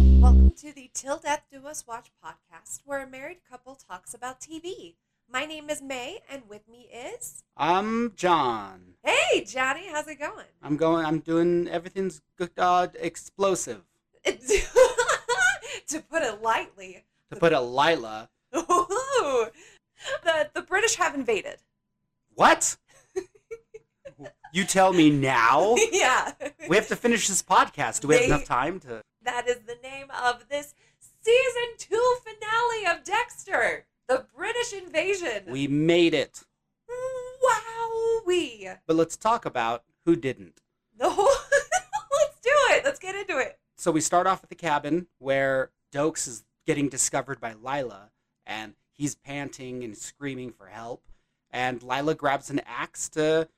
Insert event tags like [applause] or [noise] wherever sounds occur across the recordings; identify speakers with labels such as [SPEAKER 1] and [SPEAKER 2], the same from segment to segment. [SPEAKER 1] to the Till Death Do Us Watch podcast, where a married couple talks about TV. My name is May, and with me is.
[SPEAKER 2] I'm John.
[SPEAKER 1] Hey, Johnny, how's it going? [laughs]
[SPEAKER 2] I'm going. I'm doing everything's good. Uh, explosive.
[SPEAKER 1] to put it lightly,
[SPEAKER 2] To put a Lila.
[SPEAKER 1] Ooh, the, the British have invaded. [laughs]
[SPEAKER 2] What? you tell me now.
[SPEAKER 1] yeah.
[SPEAKER 2] We have to finish this podcast. Do we have
[SPEAKER 1] They-
[SPEAKER 2] enough time to?
[SPEAKER 1] That is the name of this season two finale of Dexter The British Invasion.
[SPEAKER 2] We made it.
[SPEAKER 1] [laughs] Wowee.
[SPEAKER 2] But let's talk about who didn't.
[SPEAKER 1] The whole. Let's do it. Let's get into it.
[SPEAKER 2] So we start off at the cabin where Dokes is getting discovered by Lila, and he's panting and screaming for help. And Lila grabs an axe to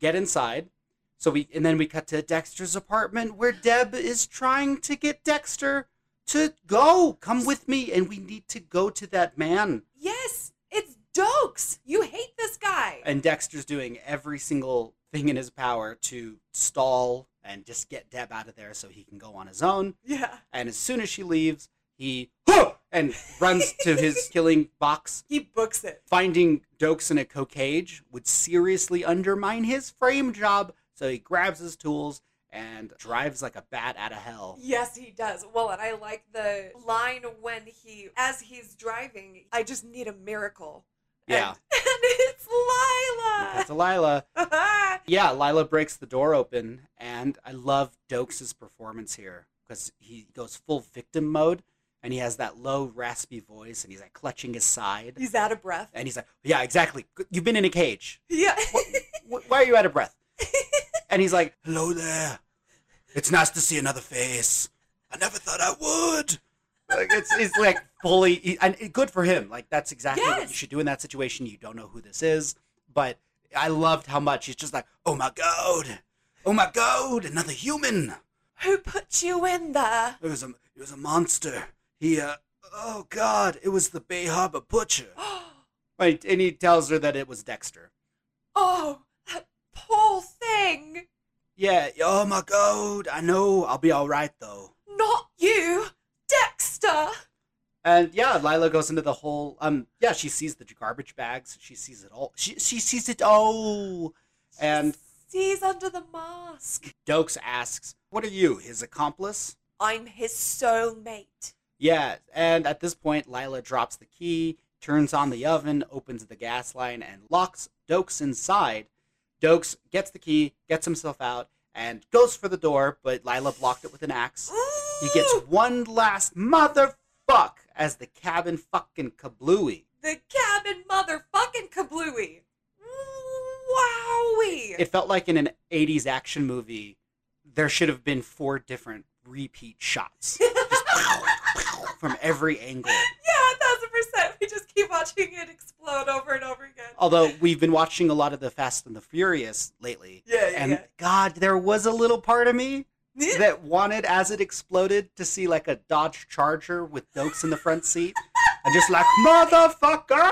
[SPEAKER 2] get inside. So we and then we cut to Dexter's apartment where Deb is trying to get Dexter to go. Come with me, and we need to go to that man.
[SPEAKER 1] Yes, it's Dokes. You hate this guy.
[SPEAKER 2] And Dexter's doing every single thing in his power to stall and just get Deb out of there so he can go on his own.
[SPEAKER 1] yeah.
[SPEAKER 2] And as soon as she leaves, he "Huh!" and runs to his killing box.
[SPEAKER 1] He books it.
[SPEAKER 2] Finding Dokes in a co cage would seriously undermine his frame job, so he grabs his tools and drives like a bat out of hell.
[SPEAKER 1] Yes, he does. Well, and I like the line when he, as he's driving, I just need a miracle.
[SPEAKER 2] Yeah.
[SPEAKER 1] [laughs] And, and it's Lila.
[SPEAKER 2] That's Lila.
[SPEAKER 1] [laughs] I
[SPEAKER 2] Yeah, Lila breaks the door open, and I love Dokes' performance here because he goes full victim mode and he has that low, raspy voice and he's like clutching his side.
[SPEAKER 1] He's out of breath.
[SPEAKER 2] and he's like, Yeah, exactly. You've been in a cage.
[SPEAKER 1] Yeah. [laughs]
[SPEAKER 2] Wh- why are you out of breath? and he's like, hello there. It's nice to see another face. I never thought I would. Like it's, it's like fully he- and it- good for him. Like that's exactly what
[SPEAKER 1] Yes.
[SPEAKER 2] you should do in that situation. You don't know who this is, but I loved how much he's just like, oh my god, oh my god, another human.
[SPEAKER 1] Who put you in there? [gasps]
[SPEAKER 2] It was a it was a monster. He uh, oh god, it was the Bay Harbor Butcher. Right, and he tells her that it was Dexter.
[SPEAKER 1] Oh, that poor thing.
[SPEAKER 2] Yeah. Oh my god. I know. I'll be all right though.
[SPEAKER 1] Not you, Dexter.
[SPEAKER 2] And yeah, Lila goes into the whole. Um. Yeah, she sees the garbage bags. She sees it all. She she sees it all. And
[SPEAKER 1] He's under the mask.
[SPEAKER 2] Dokes asks, "What are you? His accomplice?"
[SPEAKER 1] I'm his soulmate.
[SPEAKER 2] Yeah. And at this point, Lila drops the key, turns on the oven, opens the gas line, and locks Dokes inside. Dokes gets the key, gets himself out, and goes for the door, but Lila blocked it with an axe. He gets
[SPEAKER 1] Ooh,
[SPEAKER 2] one last motherfuck as the cabin fucking kablooey.
[SPEAKER 1] the cabin motherfucking kablooey. Wowie.
[SPEAKER 2] It felt like in an 80s action movie, there should have been four different repeat shots Just from every angle.
[SPEAKER 1] yeah, a thousand percent. We just keep watching it explode over and over again.
[SPEAKER 2] Although we've been watching a lot of the Fast and the Furious lately.
[SPEAKER 1] yeah, yeah,
[SPEAKER 2] And God, there was a little part of me
[SPEAKER 1] yeah.
[SPEAKER 2] that wanted, as it exploded, to see like a Dodge Charger with Dokes in the front seat. And just like, motherfucker!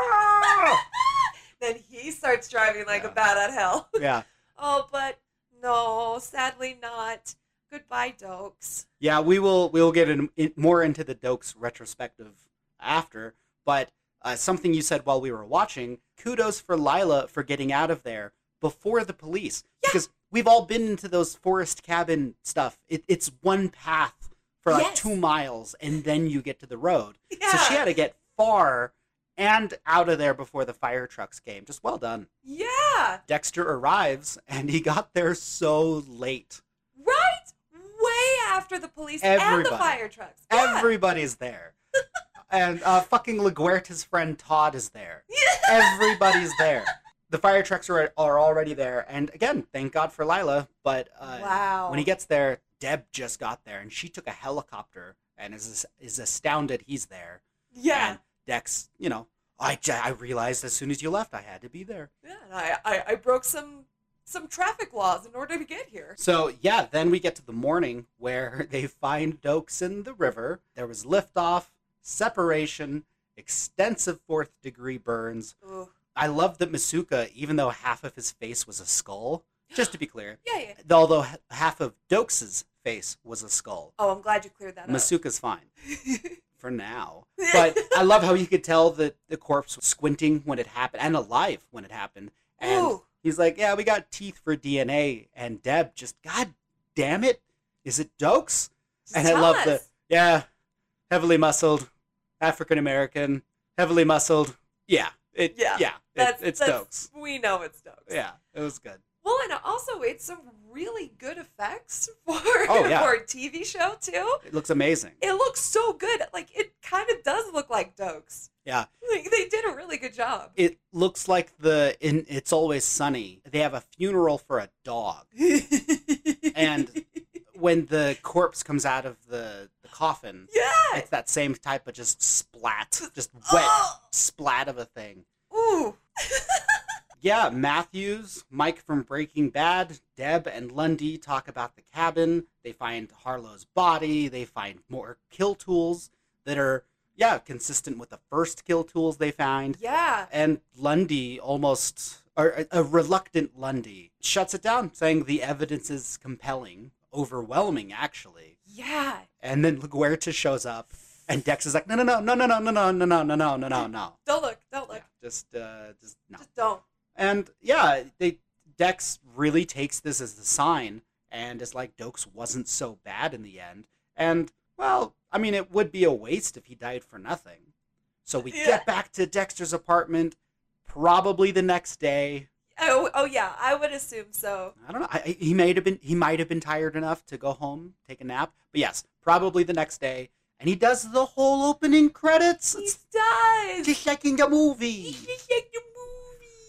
[SPEAKER 1] then he starts driving like a
[SPEAKER 2] Yeah.
[SPEAKER 1] bat out of hell. [laughs]
[SPEAKER 2] Yeah.
[SPEAKER 1] Oh, but no, sadly not. Goodbye, Dokes.
[SPEAKER 2] Yeah, we will we will get in, in, more into the Dokes retrospective after, but uh, something you said while we were watching, kudos for Lila for getting out of there before the police
[SPEAKER 1] Yeah.
[SPEAKER 2] because we've all been into those forest cabin stuff. It, it's one path for like
[SPEAKER 1] Yes.
[SPEAKER 2] 2 miles and then you get to the road.
[SPEAKER 1] Yeah.
[SPEAKER 2] So she had to get far and out of there before the fire trucks came. Just well done.
[SPEAKER 1] yeah.
[SPEAKER 2] Dexter arrives and he got there so late.
[SPEAKER 1] Right? Way after the police and the
[SPEAKER 2] Everybody.
[SPEAKER 1] fire trucks. Yeah.
[SPEAKER 2] Everybody's there. and uh, fucking LaGuerta's friend Todd
[SPEAKER 1] [laughs]
[SPEAKER 2] is there. Everybody's there. The fire trucks are, are already there. And again, thank God for Lila. But uh,
[SPEAKER 1] wow.
[SPEAKER 2] when he gets there, Deb just got there and she took a helicopter and is, is astounded he's there.
[SPEAKER 1] yeah.
[SPEAKER 2] And Dex, you know, I, j- I realized as soon as you left, I had to be there.
[SPEAKER 1] Yeah, and I, I, I broke some some traffic laws in order to get here.
[SPEAKER 2] So yeah, then we get to the morning where [laughs] they find Dokes in the river. There was liftoff, separation, extensive fourth degree burns.
[SPEAKER 1] Ooh.
[SPEAKER 2] I love that Masuka, even though half of his face was a skull, just to be clear,
[SPEAKER 1] Yeah, yeah.
[SPEAKER 2] although h- half of Dokes's face was a skull.
[SPEAKER 1] Oh, I'm glad you cleared that [laughs]
[SPEAKER 2] Masuka's fine
[SPEAKER 1] up.
[SPEAKER 2] for now. But I love how you could tell that the corpse was squinting when it happened and alive when it happened. And
[SPEAKER 1] Ooh,
[SPEAKER 2] he's like, Yeah, we got teeth for DNA. And Deb just, God damn it. Is it Dokes?
[SPEAKER 1] just
[SPEAKER 2] and I
[SPEAKER 1] tell
[SPEAKER 2] love
[SPEAKER 1] us.
[SPEAKER 2] the- Yeah. Heavily muscled, African American, heavily muscled. Yeah. It,
[SPEAKER 1] Yeah.
[SPEAKER 2] yeah. it-
[SPEAKER 1] That's-
[SPEAKER 2] it's
[SPEAKER 1] that's-
[SPEAKER 2] Dokes.
[SPEAKER 1] We know it's Stokes.
[SPEAKER 2] Yeah. It was good.
[SPEAKER 1] Well, and also it's some really good effects [laughs] for
[SPEAKER 2] Oh, yeah.
[SPEAKER 1] for a TV show too.
[SPEAKER 2] It looks amazing.
[SPEAKER 1] It looks so good. Like it kind of does look like Dokes.
[SPEAKER 2] Yeah.
[SPEAKER 1] Like they did a really good job.
[SPEAKER 2] It looks like the in It's Always Sunny. They have a funeral for a dog. And- When the corpse comes out of the, the coffin,
[SPEAKER 1] [laughs] yeah.
[SPEAKER 2] it's that same type of just splat, just wet
[SPEAKER 1] Oh!
[SPEAKER 2] splat of a thing.
[SPEAKER 1] Ooh.
[SPEAKER 2] Yeah, Matthews, Mike from Breaking Bad, Deb, and Lundy talk about the cabin. They find Harlow's body. They find more kill tools that are, yeah, consistent with the first kill tools they find.
[SPEAKER 1] Yeah.
[SPEAKER 2] And Lundy almost, or a- a reluctant Lundy, shuts it down, saying the evidence is compelling, overwhelming, actually.
[SPEAKER 1] Yeah.
[SPEAKER 2] And then LaGuerta shows up, and Dex is like, no, no, no, no, no, no, no, no, no, no, no, no, no, no.
[SPEAKER 1] Don't look. Don't
[SPEAKER 2] Yeah,
[SPEAKER 1] look.
[SPEAKER 2] just, uh, just no.
[SPEAKER 1] Just don't.
[SPEAKER 2] And yeah, they Dex really takes this as the sign, and is like, Dokes wasn't so bad in the end. And well, I mean, it would be a waste if he died for nothing. So we
[SPEAKER 1] Yeah.
[SPEAKER 2] get back to Dexter's apartment, probably the next day.
[SPEAKER 1] Oh, oh yeah. I would assume so.
[SPEAKER 2] I don't know. I, I- he might have been he might have been tired enough to go home, take a nap. But yes, probably the next day. And he does the whole opening credits.
[SPEAKER 1] He
[SPEAKER 2] It's
[SPEAKER 1] does.
[SPEAKER 2] just like in a movie.
[SPEAKER 1] He's like the movie.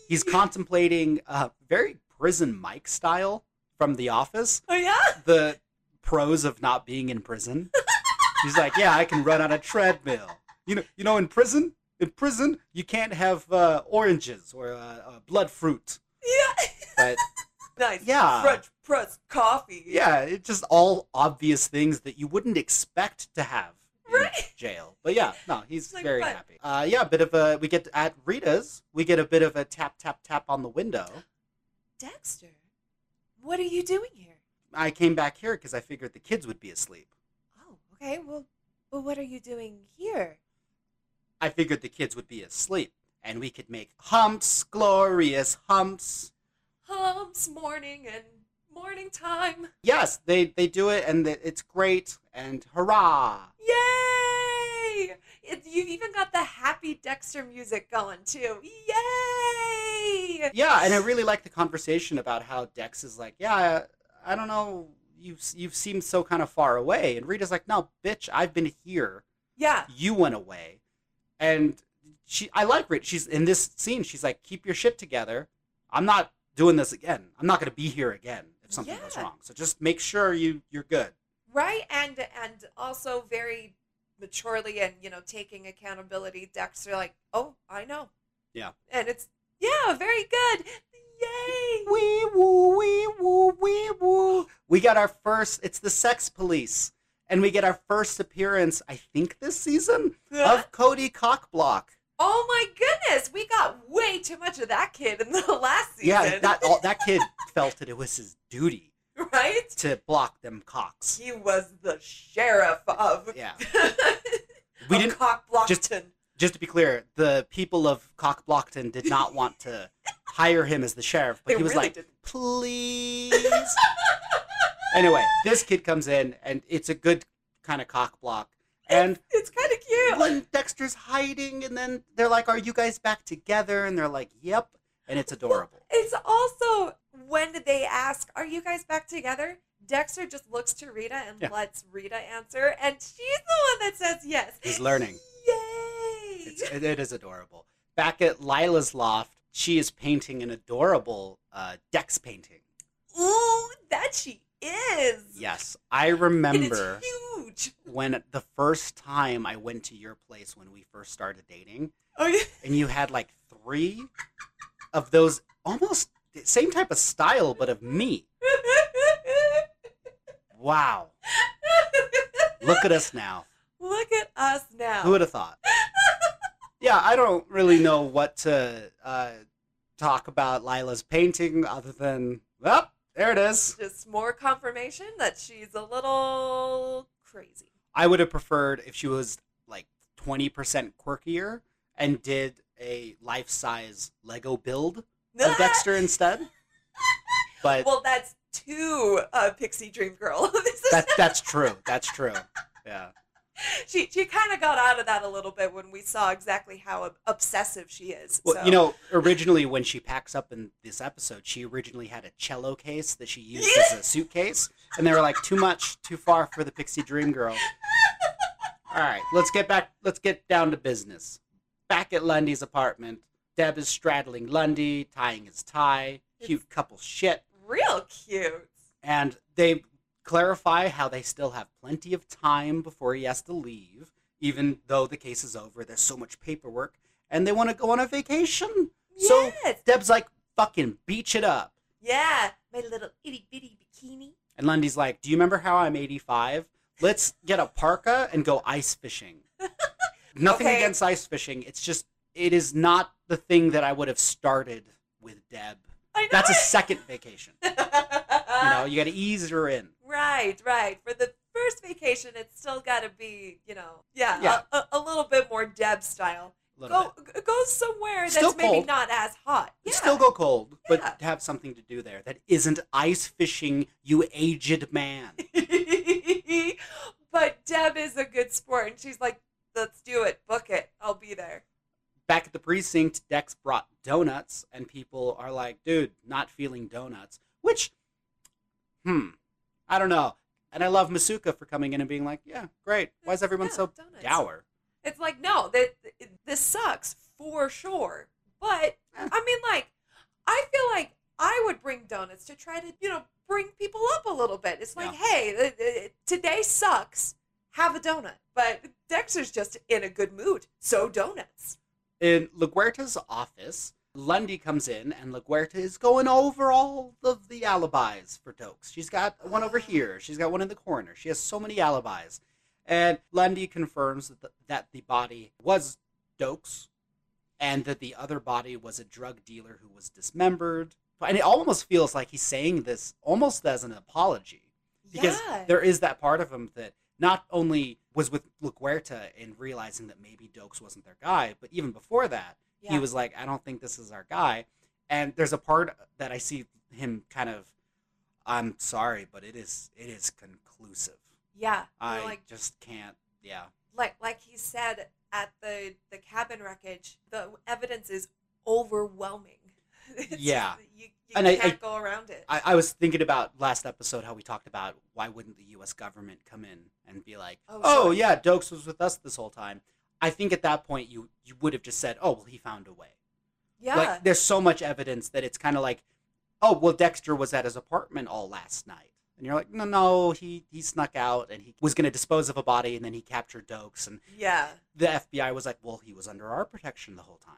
[SPEAKER 2] He's contemplating uh, very prison Mike style from The Office.
[SPEAKER 1] Oh yeah.
[SPEAKER 2] The pros of not being in prison. He's like, yeah, I can run on a treadmill. You know, you know, in prison, in prison, you can't have uh, oranges or uh, uh, blood fruit.
[SPEAKER 1] Yeah.
[SPEAKER 2] But
[SPEAKER 1] [laughs] nice.
[SPEAKER 2] Yeah.
[SPEAKER 1] French press coffee.
[SPEAKER 2] yeah, it's just all obvious things that you wouldn't expect to have in
[SPEAKER 1] Right.
[SPEAKER 2] jail. But yeah, no, he's
[SPEAKER 1] It's like
[SPEAKER 2] very
[SPEAKER 1] fun.
[SPEAKER 2] happy. Uh, yeah, a bit of a we get at Rita's, we get a bit of a tap tap tap on the window.
[SPEAKER 1] Dexter, what are you doing here?
[SPEAKER 2] I came back here because I figured the kids would be asleep.
[SPEAKER 1] Oh, okay. Well, well, what are you doing here?
[SPEAKER 2] I figured the kids would be asleep and we could make humps, glorious humps.
[SPEAKER 1] Humps morning and morning time.
[SPEAKER 2] Yes, they, they do it and they, it's great and hurrah.
[SPEAKER 1] Yay! It, you've even got the happy Dexter music going too. Yay!
[SPEAKER 2] Yeah, and I really like the conversation about how Dex is like, yeah, I, I don't know, you you seem so kind of far away, and Rita's like, no, bitch, I've been here.
[SPEAKER 1] Yeah.
[SPEAKER 2] You went away, and she, I like Rita. She's in this scene. She's like, keep your shit together. I'm not doing this again. I'm not gonna be here again if something goes
[SPEAKER 1] Yeah.
[SPEAKER 2] wrong. So just make sure you you're good.
[SPEAKER 1] Right, and and also very maturely and you know taking accountability. Dexter, like, oh, I know.
[SPEAKER 2] Yeah.
[SPEAKER 1] And it's yeah, very good. Yay!
[SPEAKER 2] Wee woo, wee woo, wee woo. We got our first. It's the Sex Police, and we get our first appearance. I think this season.
[SPEAKER 1] [laughs]
[SPEAKER 2] of Cody Cockblock.
[SPEAKER 1] Oh my goodness, we got way too much of that kid in the [laughs] last season.
[SPEAKER 2] Yeah, that all, that kid [laughs] felt that it was his duty
[SPEAKER 1] right?
[SPEAKER 2] to block them cocks.
[SPEAKER 1] He was the sheriff of
[SPEAKER 2] Yeah,
[SPEAKER 1] [laughs]
[SPEAKER 2] we
[SPEAKER 1] we
[SPEAKER 2] didn't.
[SPEAKER 1] didn't cock
[SPEAKER 2] just-
[SPEAKER 1] Blockton.
[SPEAKER 2] Just to be clear, the people of Cockblockton did not want to hire him as the sheriff, but
[SPEAKER 1] They
[SPEAKER 2] he was
[SPEAKER 1] really
[SPEAKER 2] like,
[SPEAKER 1] didn't.
[SPEAKER 2] please. anyway, this kid comes in, and it's a good kind of cock block. And
[SPEAKER 1] It's kind of
[SPEAKER 2] [laughs]
[SPEAKER 1] cute.
[SPEAKER 2] when Dexter's hiding, and then they're like, "Are you guys back together?" And they're like, "Yep," and it's adorable.
[SPEAKER 1] It's also when they ask, "Are you guys back together?" Dexter just looks to Rita and
[SPEAKER 2] Yeah.
[SPEAKER 1] lets Rita answer, and she's the one that says yes.
[SPEAKER 2] He's learning.
[SPEAKER 1] Yay! [laughs]
[SPEAKER 2] It's, it, it is adorable. Back at Lila's loft, she is painting an adorable uh, Dex painting.
[SPEAKER 1] Ooh, that she is.
[SPEAKER 2] Yes,
[SPEAKER 1] [laughs]
[SPEAKER 2] I
[SPEAKER 1] And it's
[SPEAKER 2] remember
[SPEAKER 1] huge.
[SPEAKER 2] when the first time I went to your place when we first started dating,
[SPEAKER 1] Oh [laughs] yeah.
[SPEAKER 2] and you had like three of those almost same type of style, but of me. Wow, look at us now.
[SPEAKER 1] Look at us now.
[SPEAKER 2] Who would have thought? yeah, I don't really know what to uh, talk about Lila's painting other than, well, There it is.
[SPEAKER 1] Just more confirmation that she's a little crazy.
[SPEAKER 2] I would have preferred if she was like 20% quirkier and did a life size Lego build of Dexter instead.
[SPEAKER 1] [laughs]
[SPEAKER 2] But
[SPEAKER 1] well, that's two uh, Pixie Dream Girl. [laughs] this is
[SPEAKER 2] that, that's true. That's true. Yeah.
[SPEAKER 1] she she kind of got out of that a little bit when we saw exactly how ob- obsessive she is.
[SPEAKER 2] Well,
[SPEAKER 1] so.
[SPEAKER 2] you know, originally when she packs up in this episode, she originally had a cello case that she used as a suitcase, and they were like, too much, too far for the pixie dream girl. All right, let's get back. Let's get down to business. Back at Lundy's apartment, Deb is straddling Lundy, tying his tie. Cute couple shit,
[SPEAKER 1] real cute.
[SPEAKER 2] and they clarify how they still have plenty of time before he has to leave, even though the case is over. There's so much paperwork, and they want to go on a vacation. So-
[SPEAKER 1] yes.
[SPEAKER 2] Deb's like, fucking beach it up.
[SPEAKER 1] Yeah, my little itty bitty bikini.
[SPEAKER 2] And Lundy's like, do you remember how I'm 85? Let's get a parka and go ice fishing.
[SPEAKER 1] [laughs]
[SPEAKER 2] Nothing
[SPEAKER 1] Okay.
[SPEAKER 2] against ice fishing. It's just, it is not the thing that I would have started with Deb.
[SPEAKER 1] I know.
[SPEAKER 2] That's a second vacation.
[SPEAKER 1] it. [laughs]
[SPEAKER 2] You know, you got to ease her in.
[SPEAKER 1] Right, right. For the first vacation, it's still got to be, you know, yeah, a-
[SPEAKER 2] Yeah.
[SPEAKER 1] A, a, little bit more Deb style.
[SPEAKER 2] A little
[SPEAKER 1] Go
[SPEAKER 2] bit.
[SPEAKER 1] g- go somewhere
[SPEAKER 2] Still
[SPEAKER 1] that's maybe
[SPEAKER 2] cold.
[SPEAKER 1] not as hot. Yeah.
[SPEAKER 2] Still go cold, but
[SPEAKER 1] Yeah.
[SPEAKER 2] have something to do there that isn't ice fishing, you aged man.
[SPEAKER 1] [laughs] but Deb is a good sport, and she's like, "Let's do it. Book it. I'll be there."
[SPEAKER 2] Back at the precinct, Dex brought donuts, and people are like, dude, not feeling donuts. Which, hmm, I don't know. And I love Masuka for coming in and being like, yeah, great. Why is everyone
[SPEAKER 1] Yeah,
[SPEAKER 2] so
[SPEAKER 1] donuts.
[SPEAKER 2] dour?
[SPEAKER 1] It's like, no, that this sucks for sure. But
[SPEAKER 2] Eh.
[SPEAKER 1] I mean, like, I feel like I would bring donuts to try to, you know, bring people up a little bit. It's like, hey, th- th- today sucks. Have a donut. But Dexter's just in a good mood, so donuts.
[SPEAKER 2] In LaGuerta's office, Lundy comes in, and LaGuerta is going over all of the alibis for Dokes. She's got one over here, she's got one in the corner. She has so many alibis. And Lundy confirms that the, that the body was Dokes and that the other body was a drug dealer who was dismembered. And it almost feels like he's saying this almost as an apology because
[SPEAKER 1] yeah.
[SPEAKER 2] there is that part of him that not only was with LaGuerta and realizing that maybe Dokes wasn't their guy, but even before that,
[SPEAKER 1] yeah.
[SPEAKER 2] he was like, I don't think this is our guy. And there's a part that I see him kind of, I'm sorry, but it is it is conclusive.
[SPEAKER 1] yeah.
[SPEAKER 2] I
[SPEAKER 1] You're like,
[SPEAKER 2] just can't. Yeah,
[SPEAKER 1] like like he said at the the cabin wreckage, the evidence is overwhelming. [laughs] It's
[SPEAKER 2] Yeah.
[SPEAKER 1] just- you, you
[SPEAKER 2] And I- I-
[SPEAKER 1] can't go around it.
[SPEAKER 2] I, I was thinking about last episode how we talked about why wouldn't the U.S. government come in and be like,
[SPEAKER 1] Oh,
[SPEAKER 2] oh,
[SPEAKER 1] sure.
[SPEAKER 2] yeah, Dokes was with us this whole time. I think at that point you you would have just said, oh well, he found a way.
[SPEAKER 1] yeah.
[SPEAKER 2] Like there's so much evidence that it's kind of like, oh well, Dexter was at his apartment all last night, and you're like, no, no, he he snuck out and he was going to dispose of a body, and then he captured Dokes, and
[SPEAKER 1] yeah.
[SPEAKER 2] the FBI was like, well, he was under our protection the whole time,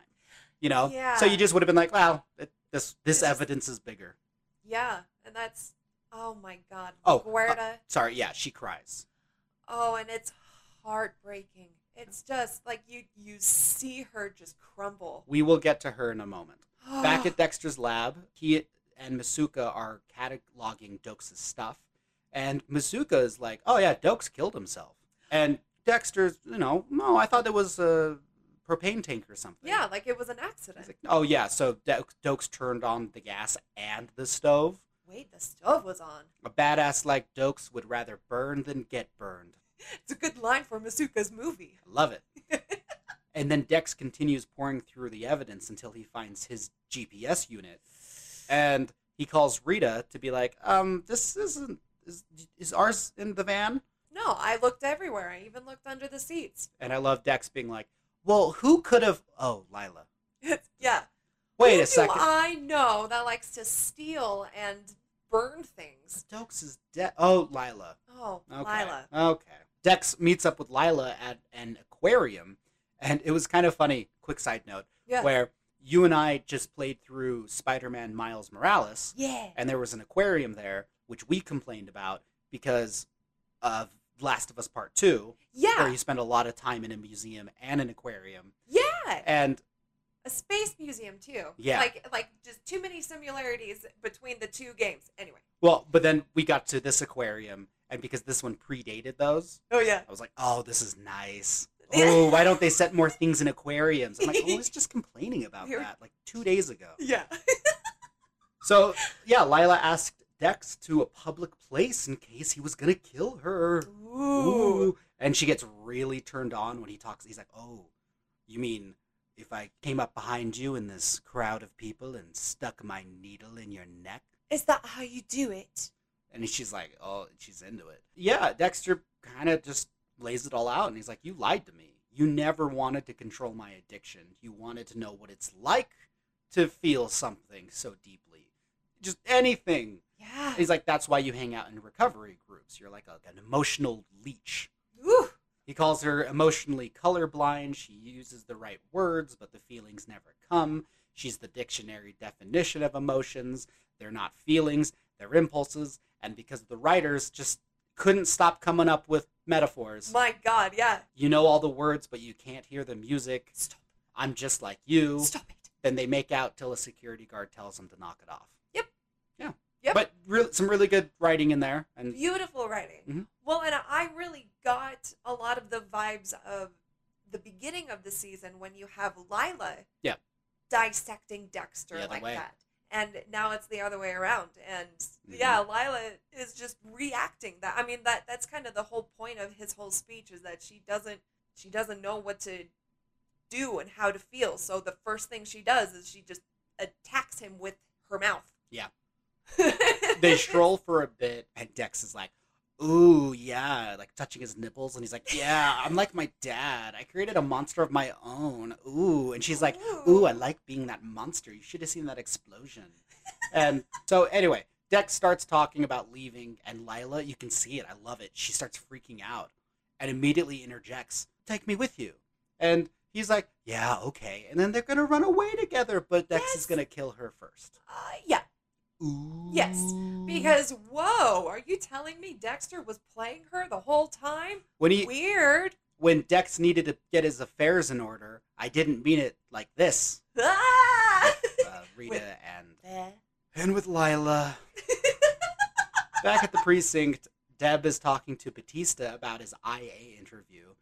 [SPEAKER 2] you know. So
[SPEAKER 1] Yeah.
[SPEAKER 2] you just would have been like, well, it, this this
[SPEAKER 1] It's just-
[SPEAKER 2] evidence is bigger.
[SPEAKER 1] Yeah, and that's oh my god,
[SPEAKER 2] Oh, uh,
[SPEAKER 1] Guerta.
[SPEAKER 2] Sorry, yeah, she cries.
[SPEAKER 1] oh, and it's heartbreaking. It's just like you you see her just crumble.
[SPEAKER 2] We will get to her in a moment. Back at Dexter's lab, he and Masuka are cataloging Dokes' stuff. And Masuka is like, oh, yeah, Dokes killed himself. And Dexter's, you know, no, I thought it was a propane tank or
[SPEAKER 1] [sighs]
[SPEAKER 2] something.
[SPEAKER 1] yeah, like it was an
[SPEAKER 2] He's
[SPEAKER 1] accident.
[SPEAKER 2] like, oh, yeah, so Dokes, Dokes turned on the gas and the stove.
[SPEAKER 1] Wait, the stove was on.
[SPEAKER 2] A badass like Dokes would rather burn than get burned.
[SPEAKER 1] It's a good line for Masuka's movie.
[SPEAKER 2] I love
[SPEAKER 1] [laughs]
[SPEAKER 2] it. and then Dex continues pouring through the evidence until he finds his GPS unit, and he calls Rita to be like, "Um, this isn't is, is ours in the van?"
[SPEAKER 1] No, I looked everywhere. I even looked under the seats.
[SPEAKER 2] And I love Dex being like, "Well, who could have?" Oh, Lila.
[SPEAKER 1] yeah.
[SPEAKER 2] Wait
[SPEAKER 1] Who
[SPEAKER 2] a second.
[SPEAKER 1] Do I know that likes to steal and burn things.
[SPEAKER 2] Dokes is dead. Oh, Lila.
[SPEAKER 1] Oh,
[SPEAKER 2] Okay.
[SPEAKER 1] Lila.
[SPEAKER 2] Okay. Dex meets up with Lila at an aquarium, and it was kind of funny. Quick side note:
[SPEAKER 1] Yeah.
[SPEAKER 2] where you and I just played through Spider-Man Miles Morales.
[SPEAKER 1] Yeah.
[SPEAKER 2] and there was an aquarium there, which we complained about because of Last of Us Part Two, where
[SPEAKER 1] Yeah.
[SPEAKER 2] you spend a lot of time in a museum and an aquarium.
[SPEAKER 1] Yeah.
[SPEAKER 2] And
[SPEAKER 1] a space museum too.
[SPEAKER 2] Yeah.
[SPEAKER 1] Like like just too many similarities between the two games. Anyway.
[SPEAKER 2] Well, but then we got to this aquarium, and because this one predated those,
[SPEAKER 1] Oh yeah.
[SPEAKER 2] I was like, oh, this is nice. Oh, why don't they set more things in aquariums? I'm like, oh, I was just complaining about
[SPEAKER 1] They were-
[SPEAKER 2] that like two days ago.
[SPEAKER 1] Yeah.
[SPEAKER 2] So, yeah, Lila asked Dex to a public place in case he was going to kill her.
[SPEAKER 1] Ooh.
[SPEAKER 2] And she gets really turned on when he talks. He's like, oh, you mean if I came up behind you in this crowd of people and stuck my needle in your neck?
[SPEAKER 1] Is that how you do it?
[SPEAKER 2] And she's like, oh, she's into it. Yeah, Dexter kind of just lays it all out. And he's like, you lied to me. You never wanted to control my addiction. You wanted to know what it's like to feel something so deeply. Just anything.
[SPEAKER 1] Yeah.
[SPEAKER 2] He's like, that's why you hang out in recovery groups. You're like, a, an emotional leech.
[SPEAKER 1] Ooh.
[SPEAKER 2] He calls her emotionally colorblind. She uses the right words, but the feelings never come. She's the dictionary definition of emotions. They're not feelings, they're impulses. And because the writers just couldn't stop coming up with metaphors,
[SPEAKER 1] My God. Yeah.
[SPEAKER 2] you know all the words, but you can't hear the music.
[SPEAKER 1] Stop.
[SPEAKER 2] I'm just like you.
[SPEAKER 1] Stop it.
[SPEAKER 2] Then they make out till a security guard tells them to knock it off.
[SPEAKER 1] Yep.
[SPEAKER 2] Yeah.
[SPEAKER 1] Yep.
[SPEAKER 2] But real some really good writing in there. And
[SPEAKER 1] Beautiful writing.
[SPEAKER 2] Mhm.
[SPEAKER 1] Well, and I really got a lot of the vibes of the beginning of the season when you have Lila
[SPEAKER 2] Yeah.
[SPEAKER 1] dissecting Dexter
[SPEAKER 2] The other
[SPEAKER 1] like
[SPEAKER 2] way.
[SPEAKER 1] that. And now it's the other way around. And
[SPEAKER 2] Mm-hmm.
[SPEAKER 1] yeah, Lila is just reacting that. I mean that that's kind of the whole point of his whole speech is that she doesn't she doesn't know what to do and how to feel. So the first thing she does is she just attacks him with her mouth. [laughs]
[SPEAKER 2] Yeah. they stroll for a bit, and Dex is like, "Ooh, yeah," like touching his nipples, and he's like, "Yeah, I'm like my dad. I created a monster of my own." Ooh, and she's like, "Ooh, I
[SPEAKER 1] uh,
[SPEAKER 2] like being that monster. You should have seen that explosion." And so, anyway, Dex starts talking about leaving, and Lila, you can see it. I love it. She starts freaking out, and immediately interjects, "Take me with you," and. He's like, yeah, okay. And then they're going to run away together, but Dex
[SPEAKER 1] Yes.
[SPEAKER 2] is going to kill her first.
[SPEAKER 1] Uh, yeah,
[SPEAKER 2] Ooh.
[SPEAKER 1] Yes,
[SPEAKER 2] Mm.
[SPEAKER 1] because whoa, are you telling me Dexter was playing her the whole time?
[SPEAKER 2] when he
[SPEAKER 1] Weird. [laughs]
[SPEAKER 2] when Dex needed to get his affairs in order, I didn't mean it like this,
[SPEAKER 1] Ah! [laughs]
[SPEAKER 2] uh, Rita
[SPEAKER 1] Wait.
[SPEAKER 2] and
[SPEAKER 1] Eh.
[SPEAKER 2] and
[SPEAKER 1] [laughs]
[SPEAKER 2] with Lila. Back at the precinct, Deb is talking to Batista about his IA interview,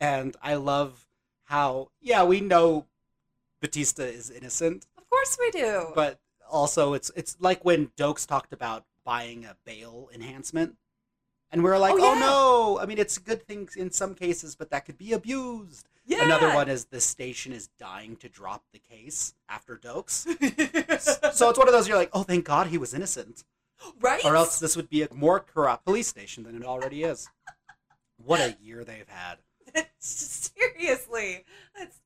[SPEAKER 2] and I love how yeah we know Batista is innocent,
[SPEAKER 1] of course we do.
[SPEAKER 2] but also it's it's like when Dokes talked about buying a bail enhancement. And we are like,
[SPEAKER 1] Oh,
[SPEAKER 2] oh
[SPEAKER 1] yeah.
[SPEAKER 2] no! I mean, it's a good thing in some cases, but that could be abused.
[SPEAKER 1] yeah. [laughs]
[SPEAKER 2] Another one is the station is dying to drop the case after Dokes. so it's one of those you're like, oh, thank God he was innocent,
[SPEAKER 1] right?
[SPEAKER 2] or else this would be a more corrupt police station than it already is. What a year they've had.
[SPEAKER 1] [laughs] Seriously, that's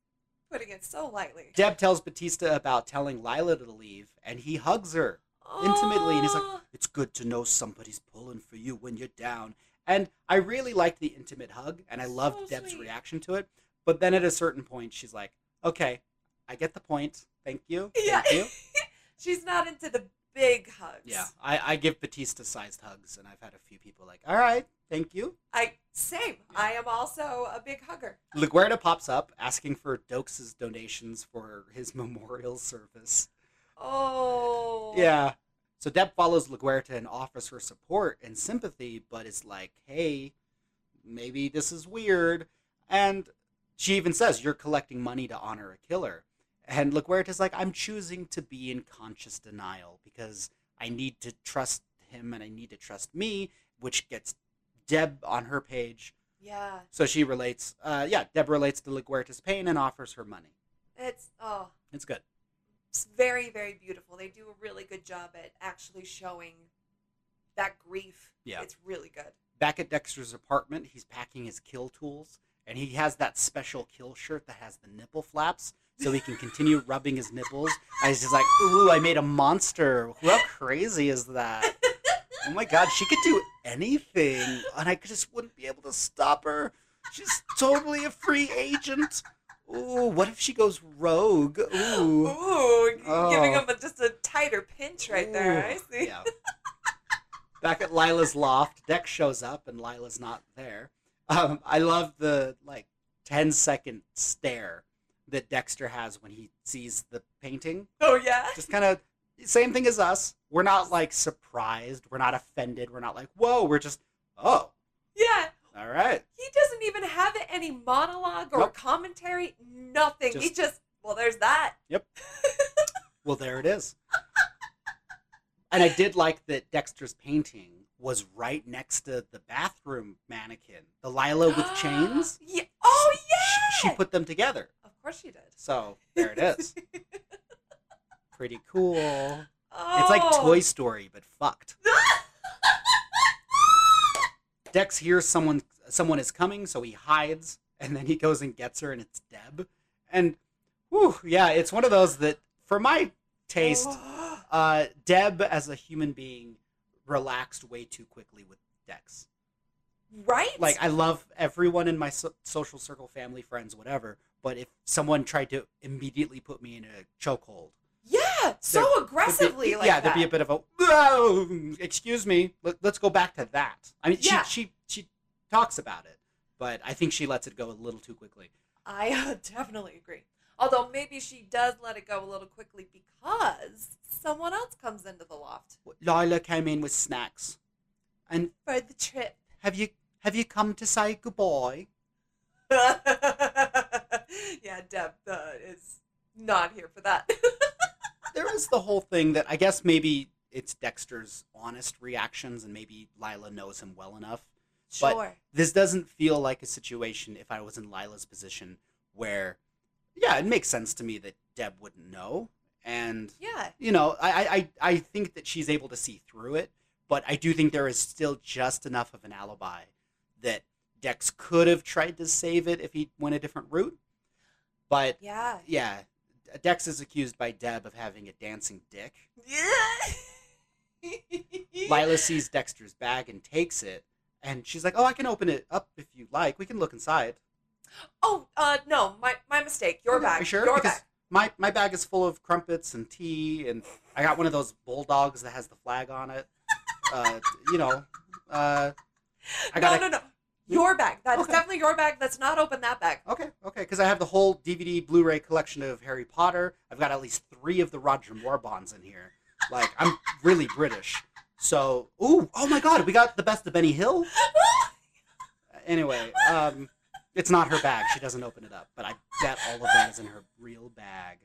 [SPEAKER 1] putting it so lightly.
[SPEAKER 2] Deb tells Batista about telling Lila to leave, and he hugs her. intimately, and he's like,
[SPEAKER 1] Aw.
[SPEAKER 2] It's good to know somebody's pulling for you when you're down. And I really liked the intimate hug, and I loved
[SPEAKER 1] So
[SPEAKER 2] Deb's
[SPEAKER 1] sweet.
[SPEAKER 2] reaction to it. But then at a certain point, she's like, okay, I get the point. Thank you.
[SPEAKER 1] Yeah.
[SPEAKER 2] Thank you.
[SPEAKER 1] she's not into the big hugs.
[SPEAKER 2] Yeah, I, I give Batista sized hugs, and I've had a few people like, all right, thank you.
[SPEAKER 1] I same. I am also a big hugger.
[SPEAKER 2] LaGuardia pops up asking for Dokes' donations for his [laughs] memorial service.
[SPEAKER 1] Oh.
[SPEAKER 2] Yeah. So Deb follows LaGuardia and offers her support and sympathy, but is like, hey, maybe this is weird. And she even says, you're collecting money to honor a killer. And LaGuardia's like, I'm choosing to be in conscious denial because I need to trust him and I need to trust me, which gets Deb on her page.
[SPEAKER 1] Yeah.
[SPEAKER 2] So she relates, uh, yeah, Deb relates to LaGuardia's pain and offers her money.
[SPEAKER 1] It's oh.
[SPEAKER 2] It's good.
[SPEAKER 1] it's very very beautiful they do a really good job at actually showing that grief
[SPEAKER 2] Yeah.
[SPEAKER 1] it's really good [laughs]
[SPEAKER 2] Back at Dexter's apartment, he's packing his kill tools, and he has that special kill shirt that has the nipple flaps, so he can continue rubbing his nipples. And he's just like, "Ooh, I made a monster! How crazy is that? Oh my god, she could do anything, and I could- just wouldn't be able to stop her. She's totally a free agent. Ooh, what if she goes rogue? Ooh."
[SPEAKER 1] ooh g- giving
[SPEAKER 2] Oh.
[SPEAKER 1] him a, just a tighter pinch right there i
[SPEAKER 2] Ooh,
[SPEAKER 1] see [laughs]
[SPEAKER 2] Yeah. Back at Lila's loft, Dex shows up and Lila's not there. Um, I love the like 10 second stare that Dexter has when he sees the painting.
[SPEAKER 1] Oh yeah.
[SPEAKER 2] Just kind of same thing as us. We're not like surprised. We're not offended. We're not like, whoa. We're just, oh,
[SPEAKER 1] Yeah.
[SPEAKER 2] all right.
[SPEAKER 1] He doesn't even have any monologue or
[SPEAKER 2] Nope.
[SPEAKER 1] commentary. Nothing. he
[SPEAKER 2] Just-
[SPEAKER 1] just well, there's that.
[SPEAKER 2] Well, there
[SPEAKER 1] [laughs]
[SPEAKER 2] it is. and I did like that Dexter's painting was right next to the bathroom mannequin, the Lila with
[SPEAKER 1] [gasps]
[SPEAKER 2] chains.
[SPEAKER 1] yeah. Oh
[SPEAKER 2] She
[SPEAKER 1] yeah.
[SPEAKER 2] put them together.
[SPEAKER 1] of course she did.
[SPEAKER 2] So there it is. Pretty cool.
[SPEAKER 1] Oh.
[SPEAKER 2] It's like Toy Story, but fucked. Dex hears someone someone is coming, so he hides, and then he goes and gets her, and it's Deb. And whew, yeah, it's one of those that, for my taste,
[SPEAKER 1] Oh.
[SPEAKER 2] uh, Deb as a human being relaxed way too quickly with Dex.
[SPEAKER 1] [gasps] right.
[SPEAKER 2] Like I love everyone in my so- social circle, family, friends, whatever. But if someone tried to immediately put me in a chokehold,
[SPEAKER 1] yeah. So aggressively.
[SPEAKER 2] there'd be-
[SPEAKER 1] like
[SPEAKER 2] yeah,
[SPEAKER 1] that.
[SPEAKER 2] there'd be a bit of a "Whoa, excuse me. Let, us go back to that. I mean,
[SPEAKER 1] Yeah.
[SPEAKER 2] she she she talks about it, but I think she lets it go a little too quickly.
[SPEAKER 1] I uh, [laughs] definitely agree. Although maybe she does let it go a little quickly because someone else comes into the loft
[SPEAKER 2] Lila came in with snacks, and
[SPEAKER 1] for the trip. [laughs]
[SPEAKER 2] have you have you come to say goodbye?
[SPEAKER 1] yeah, Deb uh, is not here for that. [laughs]
[SPEAKER 2] there is the whole thing that I guess maybe it's Dexter's honest reactions, and maybe Lila knows him well enough. But-
[SPEAKER 1] sure.
[SPEAKER 2] This doesn't feel like a situation if I was in Lila's position where, yeah, it makes sense to me that Deb wouldn't know. And,
[SPEAKER 1] yeah.
[SPEAKER 2] you know, I, I, I- I think that she's able to see through it, but I do think there is still just enough of an alibi that Dex could have tried to save it if he went a different route. But [laughs]
[SPEAKER 1] Yeah.
[SPEAKER 2] yeah, Dex is accused by Deb of having a dancing dick.
[SPEAKER 1] Yeah.
[SPEAKER 2] Lila sees Dexter's bag and takes it, and she's like, "Oh, I can open it up if you like. We can look inside."
[SPEAKER 1] Oh, uh, no, my, my mistake. Your
[SPEAKER 2] Okay,
[SPEAKER 1] back.
[SPEAKER 2] Are you sure?
[SPEAKER 1] Your
[SPEAKER 2] because
[SPEAKER 1] back.
[SPEAKER 2] my my bag is full of crumpets and tea, and I got one of those bulldogs that has the flag on it. Uh, you know, uh, I got
[SPEAKER 1] no, no, no. Your bag. That's
[SPEAKER 2] Okay.
[SPEAKER 1] definitely your bag. Let's not open that bag.
[SPEAKER 2] Okay, okay, because I have the whole DVD Blu-ray collection of Harry Potter. I've got at least three of the Roger Moore bonds in here. Like I'm really British. So, ooh, oh my God, we got the best of Benny Hill. Anyway, um, it's not her bag. She doesn't open it up, but I bet all of that is in her real bag.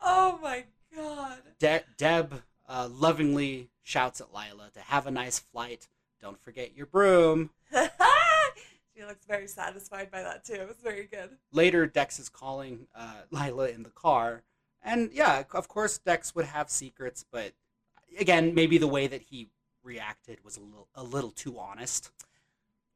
[SPEAKER 1] Oh my god.
[SPEAKER 2] De- Deb uh, lovingly shouts at Lila to have a nice flight. Don't forget your broom.
[SPEAKER 1] [laughs] she looks very satisfied by that too. It's very good.
[SPEAKER 2] later dex is calling uh, [laughs] lila in the car and yeah of course dex would have secrets but again maybe the way that he reacted was a little, a little too honest